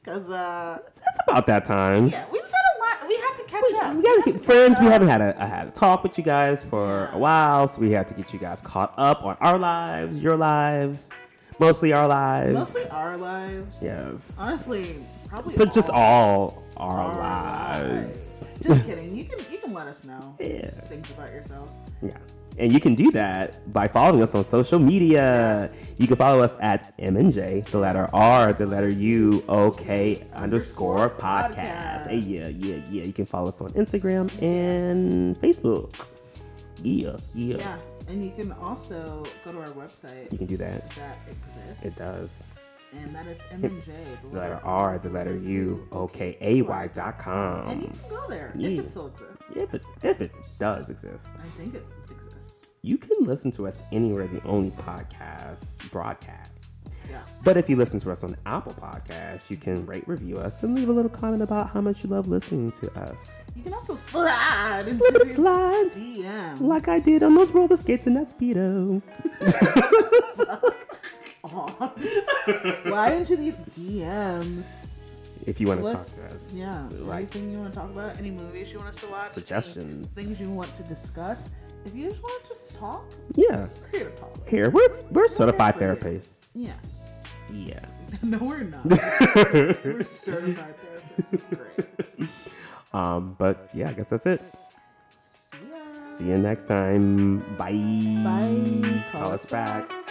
B: Cause uh,
A: It's about that time.
B: yeah, we just had a lot. We had to catch up.
A: We gotta
B: had
A: keep
B: to
A: friends. We
B: catch
A: haven't had a, I had a talk with you guys for a while, so we had to get you guys caught up on our lives, your lives, mostly our lives.
B: mostly our lives.
A: Yes.
B: Honestly, probably.
A: but just all our,
B: our
A: lives.
B: Just kidding. You can you can let us know
A: Yeah.
B: things about yourselves.
A: Yeah. And you can do that by following us on social media.
B: Yes.
A: You can follow us at MNJ, the letter R, the letter U, OK underscore podcast.
B: podcast.
A: Hey, yeah, yeah, yeah. You can follow us on Instagram and Facebook. Yeah, yeah.
B: Yeah, and you can also go to our website
A: You can do that.
B: that exists.
A: It does.
B: And that is M and J.
A: The letter R, the letter U, OK, A-Y dot
B: And
A: com.
B: you can go there
A: Yeah.
B: if it still exists.
A: If it, if it does exist.
B: I think it exists.
A: You can listen to us anywhere the only podcast broadcasts.
B: Yeah.
A: But if you listen to us on Apple Podcasts, you can rate, review us, and leave a little comment about how much you love listening to us.
B: You can also slide into
A: Slip and
B: these
A: slide,
B: DM.
A: like I did on those roller skates in that speedo.
B: Aw. slide into these DMs.
A: If you want to
B: What-
A: talk to us,
B: Yeah.
A: like
B: Anything you want to talk about? Any movies you want us to watch? any
A: Suggestions.
B: Things you want to discuss? If you just want to just talk,
A: yeah,
B: we're here to talk.
A: here we're we're certified
B: for you.
A: therapists.
B: Yeah.
A: Yeah.
B: No, we're not. we're certified therapists. It's great.
A: Um, but yeah, I guess that's it.
B: See ya.
A: See you next time. Bye.
B: Bye.
A: Call us back.